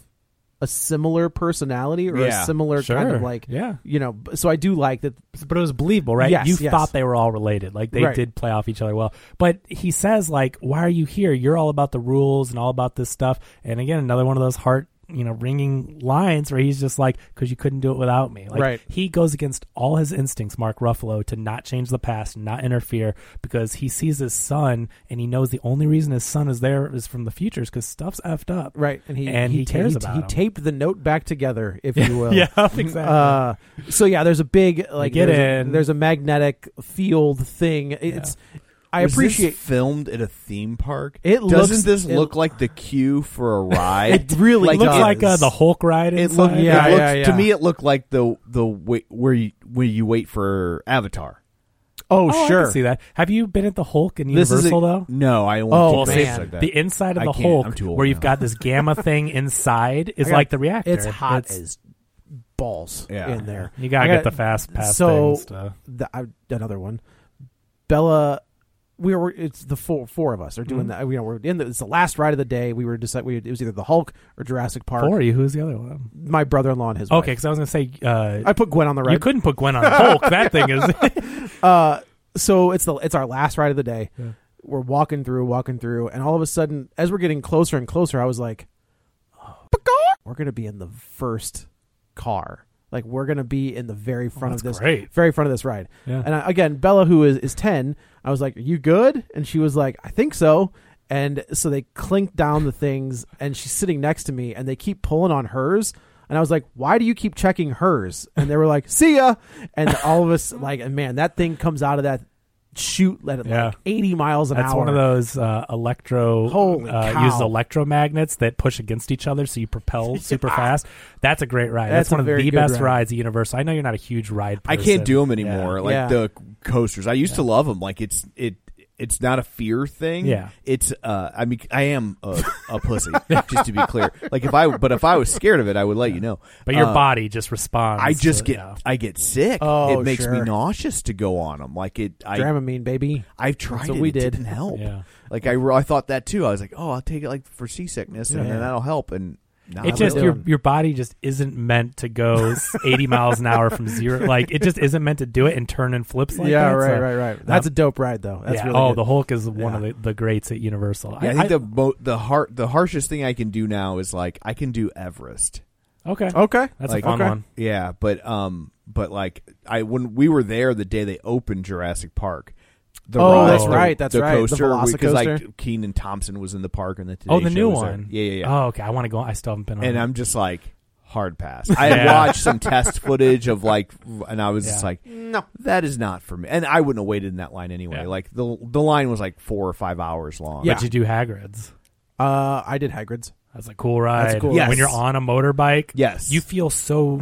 Speaker 4: a similar personality or
Speaker 2: Yeah,
Speaker 4: a similar kind
Speaker 3: sure.
Speaker 4: of like
Speaker 3: Yeah.
Speaker 4: you know. b- So I do like that.
Speaker 3: but it was believable, right?
Speaker 4: Yes,
Speaker 3: you
Speaker 4: yes.
Speaker 3: thought they were all related. Like they
Speaker 4: Right.
Speaker 3: did play off each other well. But he says, like, why are you here? You're all about the rules and all about this stuff. And again, another one of those heart, you know, ringing lines where he's just like, because you couldn't do it without me. Like,
Speaker 4: Right.
Speaker 3: He goes against all his instincts, Mark Ruffalo, to not change the past, not interfere, because he sees his son and he knows the only reason his son is there is from the future is because stuff's effed up.
Speaker 4: Right, and he
Speaker 3: and he,
Speaker 4: ta-
Speaker 3: cares
Speaker 4: he,
Speaker 3: about
Speaker 4: he
Speaker 3: him.
Speaker 4: taped the note back together, if you will.
Speaker 3: [laughs] Yeah, exactly.
Speaker 4: Uh, [laughs] so yeah, there's a big like
Speaker 3: Get
Speaker 4: there's,
Speaker 3: in.
Speaker 4: A, there's a magnetic field thing. It's [laughs] I
Speaker 2: Was this
Speaker 4: appreciate
Speaker 2: filmed at a theme park.
Speaker 4: It
Speaker 2: doesn't
Speaker 4: looks-
Speaker 2: this
Speaker 4: it-
Speaker 2: look like the queue for a ride?
Speaker 4: It really
Speaker 3: it looks
Speaker 4: does.
Speaker 3: like uh, the Hulk ride.
Speaker 2: It
Speaker 3: Inside.
Speaker 2: looked,
Speaker 4: Yeah,
Speaker 2: it looked-
Speaker 4: yeah, yeah.
Speaker 2: to me. It looked like the the wait, where you where you wait for Avatar.
Speaker 4: Oh,
Speaker 3: Oh,
Speaker 4: sure.
Speaker 3: I can see that. Have you been at the Hulk in
Speaker 2: this is
Speaker 3: Universal
Speaker 2: a,
Speaker 3: though?
Speaker 2: No, I won't
Speaker 4: Oh,
Speaker 2: do
Speaker 4: well,
Speaker 2: things
Speaker 4: man.
Speaker 2: like that.
Speaker 3: The inside of
Speaker 2: I
Speaker 3: the
Speaker 2: can't. I'm
Speaker 3: Hulk,
Speaker 2: too old
Speaker 3: where you've
Speaker 2: now.
Speaker 3: got this gamma
Speaker 4: [laughs]
Speaker 3: thing inside, is
Speaker 4: I got-
Speaker 3: like the reactor.
Speaker 4: It's hot
Speaker 3: It's-
Speaker 4: as balls
Speaker 2: Yeah.
Speaker 4: in there.
Speaker 3: You gotta
Speaker 4: I
Speaker 3: get
Speaker 4: got-
Speaker 3: the fast pass
Speaker 4: So
Speaker 3: things to-
Speaker 4: the- I- another one, Bella. We were it's the four four of us are
Speaker 3: Mm-hmm.
Speaker 4: doing that. You know, we're in the, it's the last ride of the day. We were decide we, it was either the Hulk or Jurassic Park.
Speaker 3: Or you, who's the other one?
Speaker 4: My brother in law and his
Speaker 3: Okay,
Speaker 4: wife.
Speaker 3: because I was gonna say uh,
Speaker 4: I put Gwen on the
Speaker 3: you
Speaker 4: ride.
Speaker 3: couldn't put Gwen on the Hulk. that thing
Speaker 4: [laughs]
Speaker 3: is. [laughs]
Speaker 4: Uh, so it's the it's our last ride of the day. We're walking through, walking through, and all of a sudden, as we're getting closer and closer, I was like, "Pecaw!" "We're gonna be in the first car. Like we're gonna be in the very front of
Speaker 3: Oh, that's
Speaker 4: this,
Speaker 3: great.
Speaker 4: very front of this ride."
Speaker 3: Yeah.
Speaker 4: And I, again, Bella, who is is ten, I was like, "Are you good?" And she was like, "I think so." And so they clinked down the things, and she's sitting next to me, and they keep pulling on hers. And I was like, "Why do you keep checking hers?" And they were like, "See ya!" And all of us, like, and man, that thing comes out of that shoot at
Speaker 3: Yeah.
Speaker 4: like eighty miles an
Speaker 3: That's
Speaker 4: hour.
Speaker 3: one of those uh, electro
Speaker 4: Holy
Speaker 3: uh,
Speaker 4: cow.
Speaker 3: uses electromagnets that push against each other, so you
Speaker 4: [laughs]
Speaker 3: propel super fast. That's a great ride. That's,
Speaker 4: Ah. That's a
Speaker 3: one of
Speaker 4: very
Speaker 3: the
Speaker 4: good
Speaker 3: best
Speaker 4: ride.
Speaker 3: rides at Universal. I know you're not a huge ride.
Speaker 2: I
Speaker 3: Person.
Speaker 2: can't do them anymore. Like
Speaker 4: Yeah.
Speaker 2: the coasters, I used to love them. Like it's it it's not a fear thing.
Speaker 3: Yeah.
Speaker 2: it's uh, I mean, I am a, a pussy, just to be clear. Like if I, but if I was scared of it, I would let you know.
Speaker 3: But your
Speaker 2: Uh,
Speaker 3: body just responds.
Speaker 2: I just
Speaker 3: to-
Speaker 2: get
Speaker 3: yeah.
Speaker 2: I get sick.
Speaker 4: Oh,
Speaker 2: it makes me
Speaker 4: sure.
Speaker 2: nauseous to go on them. Like it, I
Speaker 4: Dramamine, baby.
Speaker 2: I've tried
Speaker 4: what
Speaker 2: it.
Speaker 4: we
Speaker 2: it
Speaker 4: did.
Speaker 2: didn't help.
Speaker 3: Yeah.
Speaker 2: Like I, re- I thought that too. I was like, oh, I'll take it like for seasickness, and
Speaker 3: Yeah.
Speaker 2: then that'll help. And not
Speaker 3: It just
Speaker 2: really.
Speaker 3: your your body just isn't meant to
Speaker 4: [laughs]
Speaker 3: go s- 80 miles an hour from zero. Like it just isn't meant to do it and turn and flips like
Speaker 4: yeah,
Speaker 3: that.
Speaker 4: right,
Speaker 3: So,
Speaker 4: right, right. That's
Speaker 3: um,
Speaker 4: a dope ride, though. That's
Speaker 3: yeah.
Speaker 4: really
Speaker 3: oh,
Speaker 4: good.
Speaker 3: the Hulk is one of
Speaker 4: Yeah.
Speaker 3: the, the greats at Universal.
Speaker 2: Yeah, I think the mo- the har- the harshest thing I can do now is like I can do Everest.
Speaker 3: okay,
Speaker 4: okay.
Speaker 3: that's
Speaker 2: like-
Speaker 3: a fun
Speaker 2: okay.
Speaker 3: one.
Speaker 2: Yeah, but um, but like I when we were there the day they opened Jurassic Park. The
Speaker 4: Oh,
Speaker 2: ride,
Speaker 3: that's
Speaker 2: the-
Speaker 4: right, that's
Speaker 2: the
Speaker 4: right, the
Speaker 2: Coaster, because
Speaker 4: Velocicoaster.
Speaker 2: like Keenan Thompson was in the park and the Today
Speaker 3: Oh, the
Speaker 2: Show
Speaker 3: new
Speaker 2: was there.
Speaker 3: one.
Speaker 2: Yeah, yeah, yeah.
Speaker 3: Oh, okay. I want to go. I still haven't been on.
Speaker 2: And
Speaker 3: it.
Speaker 2: I'm just like hard pass. I had
Speaker 3: Yeah.
Speaker 2: watched some test footage of like, and I was just
Speaker 3: Yeah.
Speaker 2: like, no, that is not for me. And I wouldn't have waited in that line anyway.
Speaker 3: Yeah.
Speaker 2: Like the the line was like four or five hours long.
Speaker 3: But you do Hagrid's.
Speaker 4: Uh, I did Hagrid's.
Speaker 3: That's a cool ride.
Speaker 4: That's a cool
Speaker 3: When
Speaker 2: ride.
Speaker 3: you're on a motorbike,
Speaker 2: Yes.
Speaker 3: you feel
Speaker 4: [laughs]
Speaker 3: so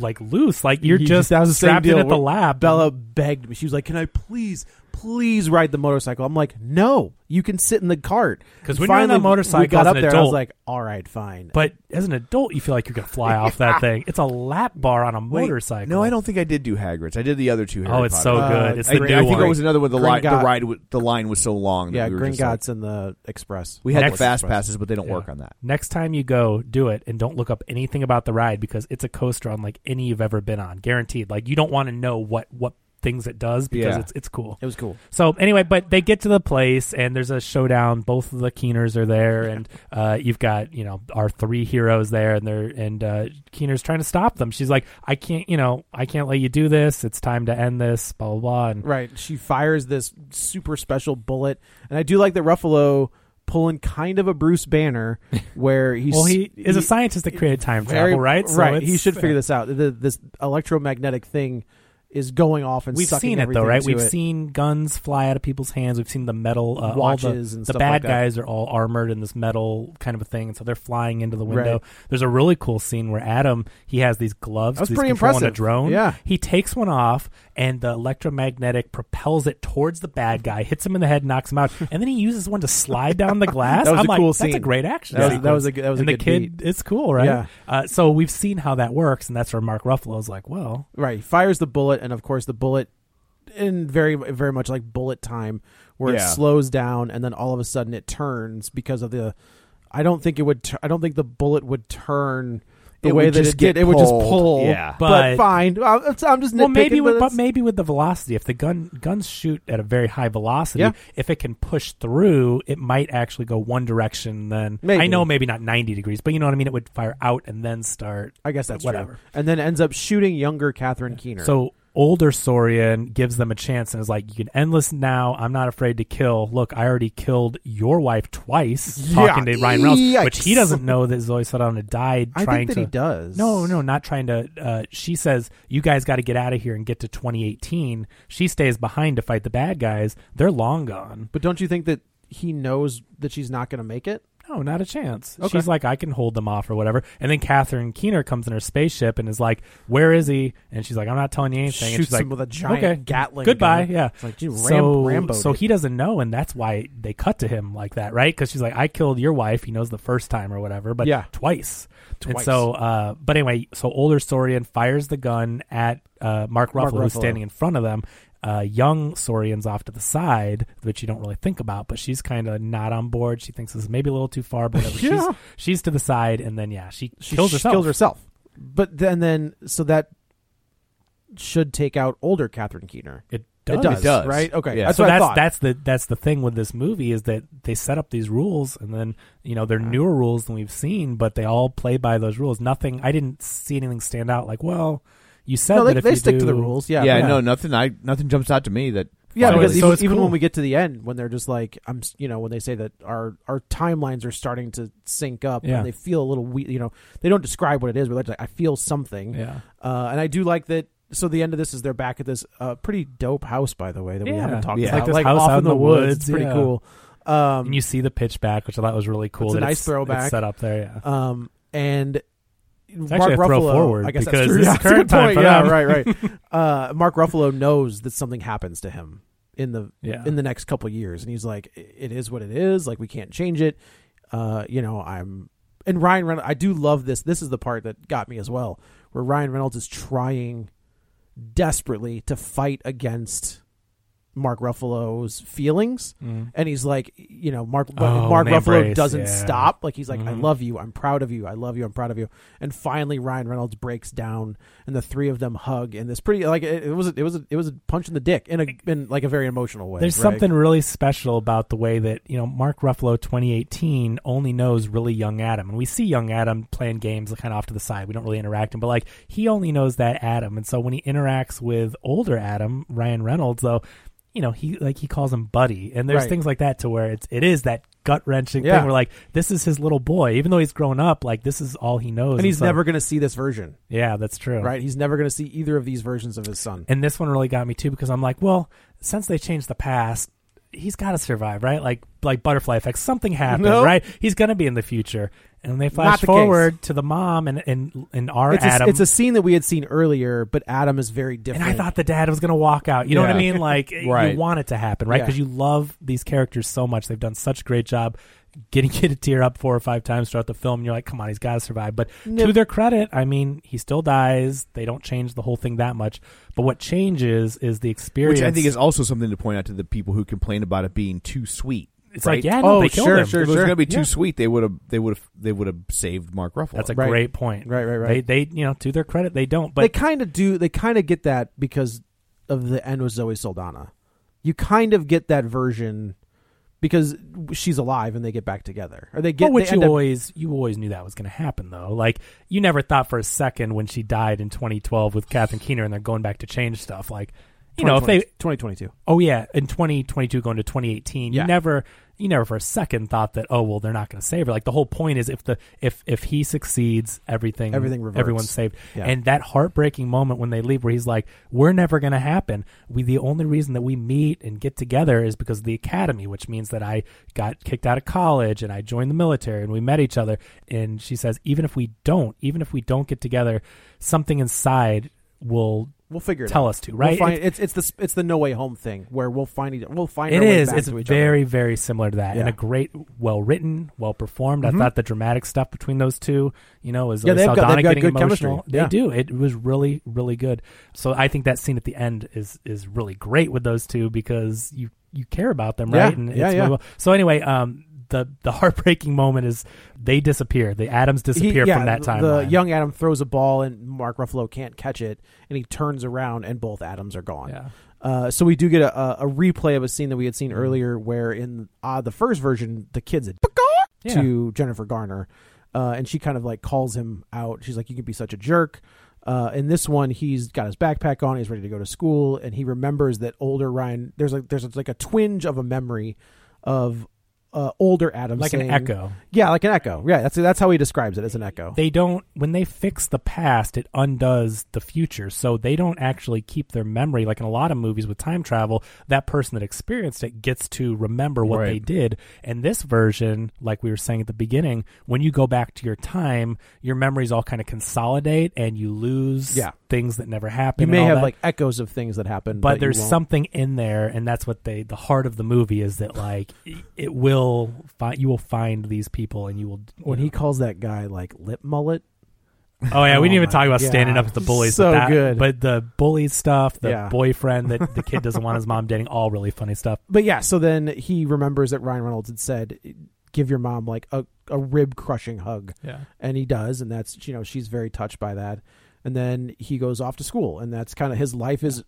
Speaker 3: like loose, like you're
Speaker 4: You-
Speaker 3: just
Speaker 4: that was the same
Speaker 3: strapped in
Speaker 4: deal
Speaker 3: at the
Speaker 4: where
Speaker 3: lab.
Speaker 4: Bella begged me. She was like, "Can I please, please ride the motorcycle?" I'm like, "No, you can sit in the cart."
Speaker 3: 'Cause when you're on
Speaker 4: Finally,
Speaker 3: that
Speaker 4: we-
Speaker 3: motorcycle
Speaker 4: we
Speaker 3: as
Speaker 4: got up
Speaker 3: an
Speaker 4: there. I
Speaker 3: adult-
Speaker 4: was like, "All right, fine."
Speaker 3: But as an adult, you feel like you could fly off
Speaker 4: [laughs]
Speaker 3: that thing. It's a lap bar on a
Speaker 2: Wait,
Speaker 3: motorcycle.
Speaker 2: No, I don't think I did do Hagrid's. I did the other two. Harry
Speaker 3: Oh, it's so
Speaker 2: Potter.
Speaker 3: good.
Speaker 4: Uh,
Speaker 3: It's
Speaker 2: I,
Speaker 3: the
Speaker 2: I
Speaker 3: new
Speaker 2: think
Speaker 3: one.
Speaker 2: it was another one. The line, the
Speaker 4: Gringotts.
Speaker 2: ride, w- the line was so long. That
Speaker 4: yeah,
Speaker 2: we were
Speaker 4: Green
Speaker 2: just like-
Speaker 4: Gots and the Express.
Speaker 2: we had
Speaker 3: Next-
Speaker 2: the fast passes, but they don't work
Speaker 3: Yeah.
Speaker 2: on that.
Speaker 3: Next time you go, do it and don't look up anything about the ride because it's a coaster unlike any you've ever been on, guaranteed. Like you don't want to know what what things it does because
Speaker 2: Yeah.
Speaker 3: it's it's cool.
Speaker 4: It was cool.
Speaker 3: So anyway, but they get to the place and there's a showdown. Both of the Keeners are there, and uh, you've got you know our three heroes there, and they're and uh, Keener's trying to stop them. She's like, I can't, you know, I can't let you do this. It's time to end this. Blah blah. blah. And
Speaker 4: Right. She fires this super special bullet, and I do like that Ruffalo pulling kind of a Bruce
Speaker 2: [laughs]
Speaker 4: Banner, where he's
Speaker 3: well, he is a
Speaker 4: he-
Speaker 3: scientist that created time
Speaker 4: very-
Speaker 3: travel, right? So
Speaker 4: right. He
Speaker 3: it's-
Speaker 4: should figure this out. The, this electromagnetic thing is going off and
Speaker 3: We've
Speaker 4: sucking
Speaker 3: seen it though,
Speaker 4: everything
Speaker 3: right?
Speaker 4: to
Speaker 3: We've
Speaker 4: it.
Speaker 3: seen guns fly out of people's hands. We've seen the metal uh,
Speaker 4: Watches
Speaker 3: all the,
Speaker 4: and
Speaker 3: the
Speaker 4: stuff
Speaker 3: bad
Speaker 4: like that.
Speaker 3: guys are all armored in this metal kind of a thing, and so they're flying into the window.
Speaker 4: Right.
Speaker 3: There's a really cool scene where Adam he has these gloves.
Speaker 4: That was
Speaker 3: he's
Speaker 4: pretty
Speaker 3: controlling
Speaker 4: impressive.
Speaker 3: A drone.
Speaker 4: Yeah.
Speaker 3: he takes one off, and the electromagnetic propels it towards the bad guy, hits him in the head, knocks him out, and then he uses one to slide
Speaker 4: [laughs]
Speaker 3: down the glass.
Speaker 4: That was
Speaker 3: I'm
Speaker 4: a
Speaker 3: like,
Speaker 4: cool
Speaker 3: that's a
Speaker 4: scene.
Speaker 3: great action.
Speaker 4: That was- that
Speaker 3: sequence."
Speaker 4: was a good- that was a
Speaker 3: and the
Speaker 4: good
Speaker 3: kid. It's cool, right?
Speaker 4: Yeah.
Speaker 3: Uh, so we've seen how that works, and that's where Mark Ruffalo's like, well,
Speaker 4: Right. He fires the bullet, and of course the bullet in very very much like bullet time where
Speaker 5: Yeah.
Speaker 4: it slows down and then all of a sudden it turns because of the I don't think it would tur- I don't think the bullet would turn the
Speaker 5: It
Speaker 4: way
Speaker 5: would
Speaker 4: that
Speaker 5: just
Speaker 4: it did.
Speaker 5: get
Speaker 4: It would just
Speaker 5: pulled.
Speaker 4: pull.
Speaker 5: Yeah.
Speaker 4: But,
Speaker 3: But-
Speaker 4: fine. Well, it's- I'm just nitpicking,
Speaker 3: well, maybe with,
Speaker 4: it's-
Speaker 3: but maybe with the velocity, if the gun guns shoot at a very high velocity,
Speaker 4: Yeah.
Speaker 3: if it can push through, it might actually go one direction. Then
Speaker 4: Maybe.
Speaker 3: I know maybe not ninety degrees, but you know what I mean. It would fire out and then start.
Speaker 4: I guess that's
Speaker 3: whatever.
Speaker 4: True. And then ends up shooting younger Catherine Keener.
Speaker 3: So older Saurian gives them a chance and is like, "You can end this now. I'm not afraid to kill. Look, I already killed your wife twice
Speaker 4: Yeah.
Speaker 3: talking to Ryan Reynolds, which he
Speaker 4: Yikes.
Speaker 3: doesn't know that Zoe Saldana died
Speaker 4: I
Speaker 3: trying
Speaker 4: think that
Speaker 3: to."
Speaker 4: he does.
Speaker 3: No, no, not trying to. Uh, she says, "You guys got to get out of here and get to 2018." She stays behind to fight the bad guys. They're long gone.
Speaker 4: But don't you think that he knows that she's not going to make it?
Speaker 3: No, not a chance.
Speaker 4: Okay.
Speaker 3: She's like, "I can hold them off or whatever." And then Catherine Keener comes in her spaceship and is like, "Where is he?" And she's like, "I'm not telling you anything." and
Speaker 4: Shoots
Speaker 3: she's like,
Speaker 4: him with a giant
Speaker 3: okay,
Speaker 4: Gatling
Speaker 3: Goodbye.
Speaker 4: gun.
Speaker 3: Yeah.
Speaker 4: It's like, dude, Ram-
Speaker 3: so,
Speaker 4: Rambo
Speaker 3: So
Speaker 4: did.
Speaker 3: he doesn't know, and that's why they cut to him like that, right? Because she's like, "I killed your wife." He knows the first time or whatever, but
Speaker 4: Yeah.
Speaker 3: twice. And
Speaker 4: Twice.
Speaker 3: so, uh, but anyway, so older Saurian fires the gun at uh, Mark, Ruffalo,
Speaker 4: Mark
Speaker 3: who's
Speaker 4: Ruffalo.
Speaker 3: standing in front of them. Uh, young Saurian's off to the side, which you don't really think about, but she's kind of not on board. She thinks this is maybe a little too far, but whatever.
Speaker 4: [laughs] Yeah.
Speaker 3: she's, she's to the side, and then yeah, she,
Speaker 4: She
Speaker 3: kills
Speaker 4: sh-
Speaker 3: herself.
Speaker 4: Kills herself. But then, then so that should take out older Catherine Keener.
Speaker 3: It does.
Speaker 4: It does, right? Okay,
Speaker 5: Yeah.
Speaker 4: that's
Speaker 3: so
Speaker 4: what I
Speaker 3: that's
Speaker 4: thought.
Speaker 3: that's the that's the thing with this movie is that they set up these rules and then you know they're newer rules than we've seen, but they all play by those rules. Nothing. I didn't see anything stand out like well. You said
Speaker 4: no,
Speaker 3: that
Speaker 4: they,
Speaker 3: if
Speaker 4: they
Speaker 3: you
Speaker 4: stick to the
Speaker 3: do-
Speaker 4: rules. Yeah,
Speaker 5: yeah,
Speaker 4: but-
Speaker 5: no, nothing. I nothing jumps out to me that.
Speaker 4: Yeah,
Speaker 3: So
Speaker 4: because
Speaker 3: it's-
Speaker 4: even,
Speaker 3: so it's
Speaker 4: even
Speaker 3: cool.
Speaker 4: when we get to the end, when they're just like, I'm, s- you know, when they say that our our timelines are starting to sync up,
Speaker 3: Yeah.
Speaker 4: and they feel a little we you know, they don't describe what it is, but they're just like, I feel something.
Speaker 3: Yeah.
Speaker 4: Uh, and I do like that. So the end of this is they're back at this uh, pretty dope house, by the way, that we
Speaker 3: Yeah.
Speaker 4: haven't talked
Speaker 3: Yeah. It's
Speaker 4: about.
Speaker 3: like this house
Speaker 4: off
Speaker 3: out
Speaker 4: in the woods, it's pretty
Speaker 3: yeah.
Speaker 4: cool. Um,
Speaker 3: And you see the pitchback, which I thought was really cool.
Speaker 4: It's a
Speaker 3: that
Speaker 4: nice throwback.
Speaker 3: set up there. Yeah.
Speaker 4: Um, and
Speaker 3: It's actually
Speaker 4: Mark
Speaker 3: a throw
Speaker 4: Ruffalo,
Speaker 3: forward
Speaker 4: I guess that's
Speaker 3: because
Speaker 4: true.
Speaker 3: this
Speaker 4: yeah,
Speaker 3: is
Speaker 4: that's a
Speaker 3: current
Speaker 4: good
Speaker 3: time
Speaker 4: point.
Speaker 3: for
Speaker 4: yeah,
Speaker 3: them.
Speaker 4: right,
Speaker 3: [laughs]
Speaker 4: right. uh, Mark Ruffalo knows that something happens to him in the
Speaker 3: Yeah.
Speaker 4: in the next couple years, and he's like, "It is what it is. Like we can't change it. Uh, you know, I'm." And Ryan Reynolds, I do love this. This is the part that got me as well, where Ryan Reynolds is trying desperately to fight against Mark Ruffalo's feelings, and he's like, you know, Mark
Speaker 3: Mm-hmm. Oh,
Speaker 4: Mark
Speaker 3: and they
Speaker 4: Ruffalo
Speaker 3: embrace,
Speaker 4: doesn't
Speaker 3: yeah.
Speaker 4: stop. Like he's like,
Speaker 3: Mm-hmm.
Speaker 4: I love you, I'm proud of you, I love you, I'm proud of you. And finally, Ryan Reynolds breaks down, and the three of them hug, and this pretty like it, it was a, it was a, it was a punch in the dick in a in like a very emotional way.
Speaker 3: There's
Speaker 4: right?
Speaker 3: something really special about the way that, you know, Mark Ruffalo 2018 only knows really young Adam. And we see young Adam playing games kind of off to the side. We don't really interact him, but like he only knows that Adam. And so when he interacts with older Adam, Ryan Reynolds, though, you know, he like he calls him buddy. And there's
Speaker 4: Right.
Speaker 3: things like that to where it's it is that gut wrenching
Speaker 4: Yeah.
Speaker 3: thing where like this is his little boy. Even though he's grown up, like this is all he knows.
Speaker 4: and he's
Speaker 3: so-
Speaker 4: never gonna see this version,
Speaker 3: Yeah, that's true.
Speaker 4: right? He's never gonna see either of these versions of his son.
Speaker 3: And this one really got me too because I'm like, well, since they changed the past, he's got to survive, right? Like like butterfly effect, something happened,
Speaker 4: No.
Speaker 3: right? He's gonna be in the future. And they flash
Speaker 4: the
Speaker 3: forward to the mom and and and our
Speaker 4: It's a,
Speaker 3: Adam.
Speaker 4: it's a scene that we had seen earlier, but Adam is very
Speaker 3: and
Speaker 4: different.
Speaker 3: I thought the dad was going to walk out. You know what I
Speaker 5: Yeah.
Speaker 3: mean?
Speaker 4: [laughs]
Speaker 3: Like
Speaker 5: Right.
Speaker 3: you want it to happen, right?
Speaker 4: Yeah.
Speaker 3: Because you love these characters so much. They've done such a great job getting [laughs] you to tear up four or five times throughout the film. You're like, come on, he's got to survive. But to their credit, I mean, he still dies. They don't change the whole thing that much. But what changes is the experience.
Speaker 5: Which I think is also something to point out to the people who complain about it being too sweet.
Speaker 3: It's
Speaker 5: right?
Speaker 3: like, yeah, no,
Speaker 5: oh,
Speaker 3: they killed
Speaker 5: sure,
Speaker 3: him.
Speaker 5: sure,
Speaker 3: It was
Speaker 5: sure.
Speaker 3: gonna
Speaker 5: going to
Speaker 3: be
Speaker 5: be
Speaker 3: too
Speaker 5: too sweet. They would have, they would have, they would have saved Mark Ruffalo.
Speaker 3: That's a
Speaker 4: Right.
Speaker 3: great point.
Speaker 4: Right, right, right.
Speaker 3: They, they, you know, to their credit, they don't.
Speaker 4: they
Speaker 3: But
Speaker 4: kind of do. They kind of get that because of the end with Zoe Saldana. You kind of get that version because she's alive and they get back together, or they get.
Speaker 3: but which
Speaker 4: they
Speaker 3: you
Speaker 4: end up-
Speaker 3: always, you always knew that was going to happen, though. Like you never thought for a second when she died in 2012 with Catherine Keener, and they're going back to change stuff. Like, you know, if they,
Speaker 4: 2020 2022.
Speaker 3: oh yeah, in 2022 going to 2018,
Speaker 4: Yeah.
Speaker 3: you never, you never for a second thought that oh well they're not going to save her. Like the whole point is if the if if he succeeds, everything
Speaker 4: Everything reverts.
Speaker 3: everyone's saved.
Speaker 4: Yeah.
Speaker 3: And that heartbreaking moment when they leave, where he's like, "We're never going to happen. We the only reason that we meet and get together is because of the academy, which means that I got kicked out of college and I joined the military and we met each other." And she says, "Even if we don't, even if we don't get together, something inside." Will
Speaker 4: We'll figure it out.
Speaker 3: Tell us to,
Speaker 4: We'll
Speaker 3: right?
Speaker 4: find- it's, it's, the, s- it's the no way home thing where we'll find each, we'll find
Speaker 3: It
Speaker 4: our way
Speaker 3: is.
Speaker 4: back
Speaker 3: It's
Speaker 4: to each
Speaker 3: very,
Speaker 4: other.
Speaker 3: very similar to that,
Speaker 4: Yeah. Mm-hmm.
Speaker 3: and a great, well written, well performed. I thought the dramatic stuff between those two, you know, was
Speaker 4: Yeah, they've got-
Speaker 3: Saldana
Speaker 4: they've got
Speaker 3: getting
Speaker 4: good
Speaker 3: emotional.
Speaker 4: chemistry.
Speaker 3: They
Speaker 4: Yeah.
Speaker 3: do. It was really, really good. So I think that scene at the end is is really great with those two because you you care about them,
Speaker 4: Yeah.
Speaker 3: right? And
Speaker 4: Yeah,
Speaker 3: it's
Speaker 4: yeah.
Speaker 3: Really well. So anyway, um, the the [laughs] heartbreaking moment is they disappear. The atoms
Speaker 4: He-
Speaker 3: disappear
Speaker 4: yeah,
Speaker 3: from that timeline.
Speaker 4: The young Adam throws a ball and Mark Ruffalo can't catch it, and he turns around and both Adams are gone.
Speaker 3: Yeah. Mm.
Speaker 4: Uh, so we do get a, a, a replay of a scene that we had seen earlier, where in uh, the first version, the kid's a to Jennifer Garner, uh, and she kind of like calls him out. She's like, "You can be such a jerk." Uh, in this one, he's got his backpack on. He's ready to go to school, and he remembers that older Ryan. There's like there's like a twinge of a memory of uh, older Adam,
Speaker 3: Like an
Speaker 4: saying-
Speaker 3: echo.
Speaker 4: Yeah, like an echo. Yeah, that's that's how he describes it as an echo.
Speaker 3: they don't when they fix the past it undoes the future so they don't actually keep their memory like in a lot of movies with time travel that person that experienced it gets to remember what they did and this version like we were saying at the beginning when you go back to your time your memories all kind of consolidate and you lose
Speaker 4: Yeah.
Speaker 3: things that never happened and
Speaker 4: you may
Speaker 3: all
Speaker 4: have
Speaker 3: that.
Speaker 4: like echoes of things that happen,
Speaker 3: but
Speaker 4: you
Speaker 3: there's
Speaker 4: won't.
Speaker 3: something in there and that's what they the heart of the movie is that like it- it will find you will find these people and you will you
Speaker 4: when
Speaker 3: know.
Speaker 4: he calls that guy like lip mullet.
Speaker 3: Oh yeah, we didn't
Speaker 4: Oh,
Speaker 3: even
Speaker 4: my
Speaker 3: talk about
Speaker 4: God.
Speaker 3: standing up to the bullies.
Speaker 4: So
Speaker 3: but that,
Speaker 4: good.
Speaker 3: but the bully stuff, the
Speaker 4: Yeah.
Speaker 3: boyfriend that the kid
Speaker 4: [laughs]
Speaker 3: doesn't want his mom dating, all really funny stuff.
Speaker 4: But yeah, so then he remembers that Ryan Reynolds had said, "Give your mom like a, a rib crushing hug."
Speaker 3: Yeah.
Speaker 4: and he does, and that's you know she's very touched by that. And then he goes off to school, and that's kind of his life is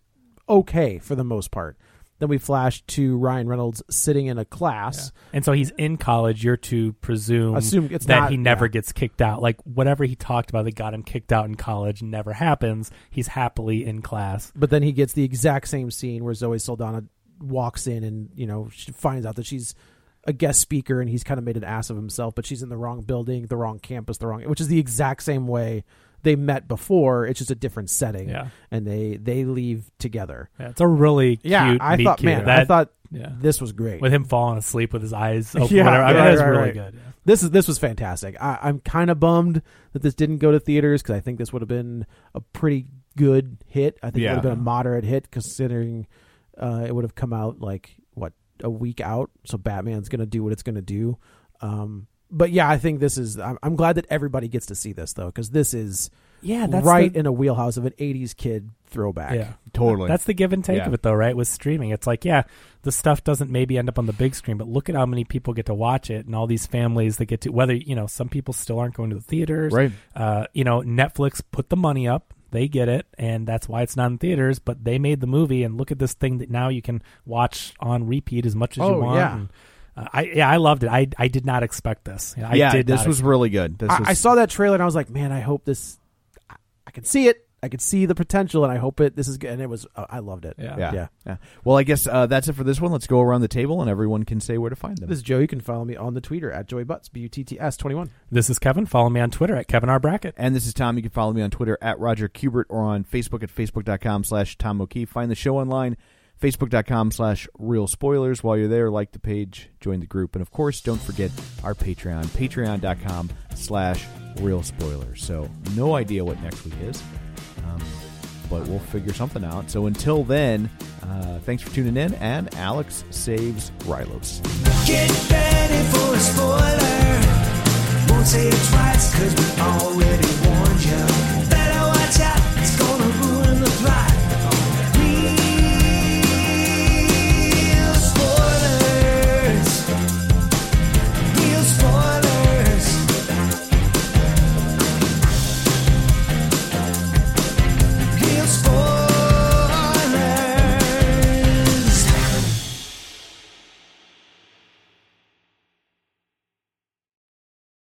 Speaker 4: okay for the most part. Then we flash to Ryan Reynolds sitting in a class.
Speaker 3: And so he's in college. You're to presume
Speaker 4: Assume it's
Speaker 3: that
Speaker 4: not-
Speaker 3: he never
Speaker 4: yeah.
Speaker 3: gets kicked out. Like whatever he talked about that got him kicked out in college never happens. He's happily in class.
Speaker 4: But then he gets the exact same scene where Zoe Saldana walks in, and you know she finds out that she's a guest speaker, and he's kind of made an ass of himself. But she's in the wrong building, the wrong campus, the wrong, which is the exact same way they met before. It's just a different setting,
Speaker 3: Yeah.
Speaker 4: and they they leave together.
Speaker 3: Yeah, it's a really
Speaker 4: Yeah,
Speaker 3: cute.
Speaker 4: I
Speaker 3: meet
Speaker 4: thought,
Speaker 3: cute.
Speaker 4: man, I
Speaker 3: That-
Speaker 4: thought
Speaker 3: yeah.
Speaker 4: this was great.
Speaker 3: with him falling asleep with his
Speaker 4: [laughs]
Speaker 3: eyes open.
Speaker 4: Yeah,
Speaker 3: whatever. I
Speaker 4: yeah,
Speaker 3: mean, it was
Speaker 4: right,
Speaker 3: really
Speaker 4: right.
Speaker 3: good. Yeah.
Speaker 4: This is this was fantastic. I, I'm kind of bummed that this didn't go to theaters because I think this would have been a pretty good hit. I think it
Speaker 5: Yeah.
Speaker 4: would have been a moderate hit considering uh, it would have come out like what a week out. So Batman's gonna do what it's gonna do. Um, but yeah, I think this is. I'm, I'm glad that everybody gets to see this though because this is
Speaker 3: Yeah, that's
Speaker 4: right
Speaker 3: the-
Speaker 4: in a wheelhouse of an '80s kid throwback.
Speaker 3: Yeah.
Speaker 5: Totally.
Speaker 3: That's the give and take
Speaker 5: Yeah.
Speaker 3: of it, though, right? With streaming, it's like, yeah, the stuff doesn't maybe end up on the big screen, but look at how many people get to watch it, and all these families that get to whether you know some people still aren't going to the theaters,
Speaker 5: Right.
Speaker 3: Uh, you know, Netflix put the money up. They get it, and that's why it's not in theaters. But they made the movie, and look at this thing that now you can watch on repeat as much as you
Speaker 4: Oh,
Speaker 3: want.
Speaker 4: yeah.
Speaker 3: and, uh, I yeah, I loved it. I I did not expect this. I
Speaker 5: yeah,
Speaker 3: did
Speaker 5: this
Speaker 3: not
Speaker 5: was really good. This was,
Speaker 4: I, I saw that trailer and I was like, man, I hope this. I, I can see it. I could see the potential, and I hope it. This is good. And it was. Uh, I loved it.
Speaker 3: Yeah.
Speaker 5: Yeah.
Speaker 4: yeah.
Speaker 5: yeah, Well, I guess uh, that's it for this one. Let's go around the table and everyone can say where to find them.
Speaker 4: This is Joe. You can follow me on the Twitter at Joey Butts B U T T S twenty one.
Speaker 3: This is Kevin. Follow me on Twitter at Kevin R Brackett.
Speaker 5: And this is Tom. You can follow me on Twitter at Roger Kubert or on Facebook at Facebook.com slash Tom O'Keefe. Find the show online, Facebook.com slash Real Spoilers. While you're there, like the page, join the group. And of course, don't forget our Patreon, patreon.com slash Real Spoilers. So, no idea what next week is, um, but we'll figure something out. So, until then, uh, thanks for tuning in, and Alex saves Rylos.
Speaker 1: Get ready for a spoiler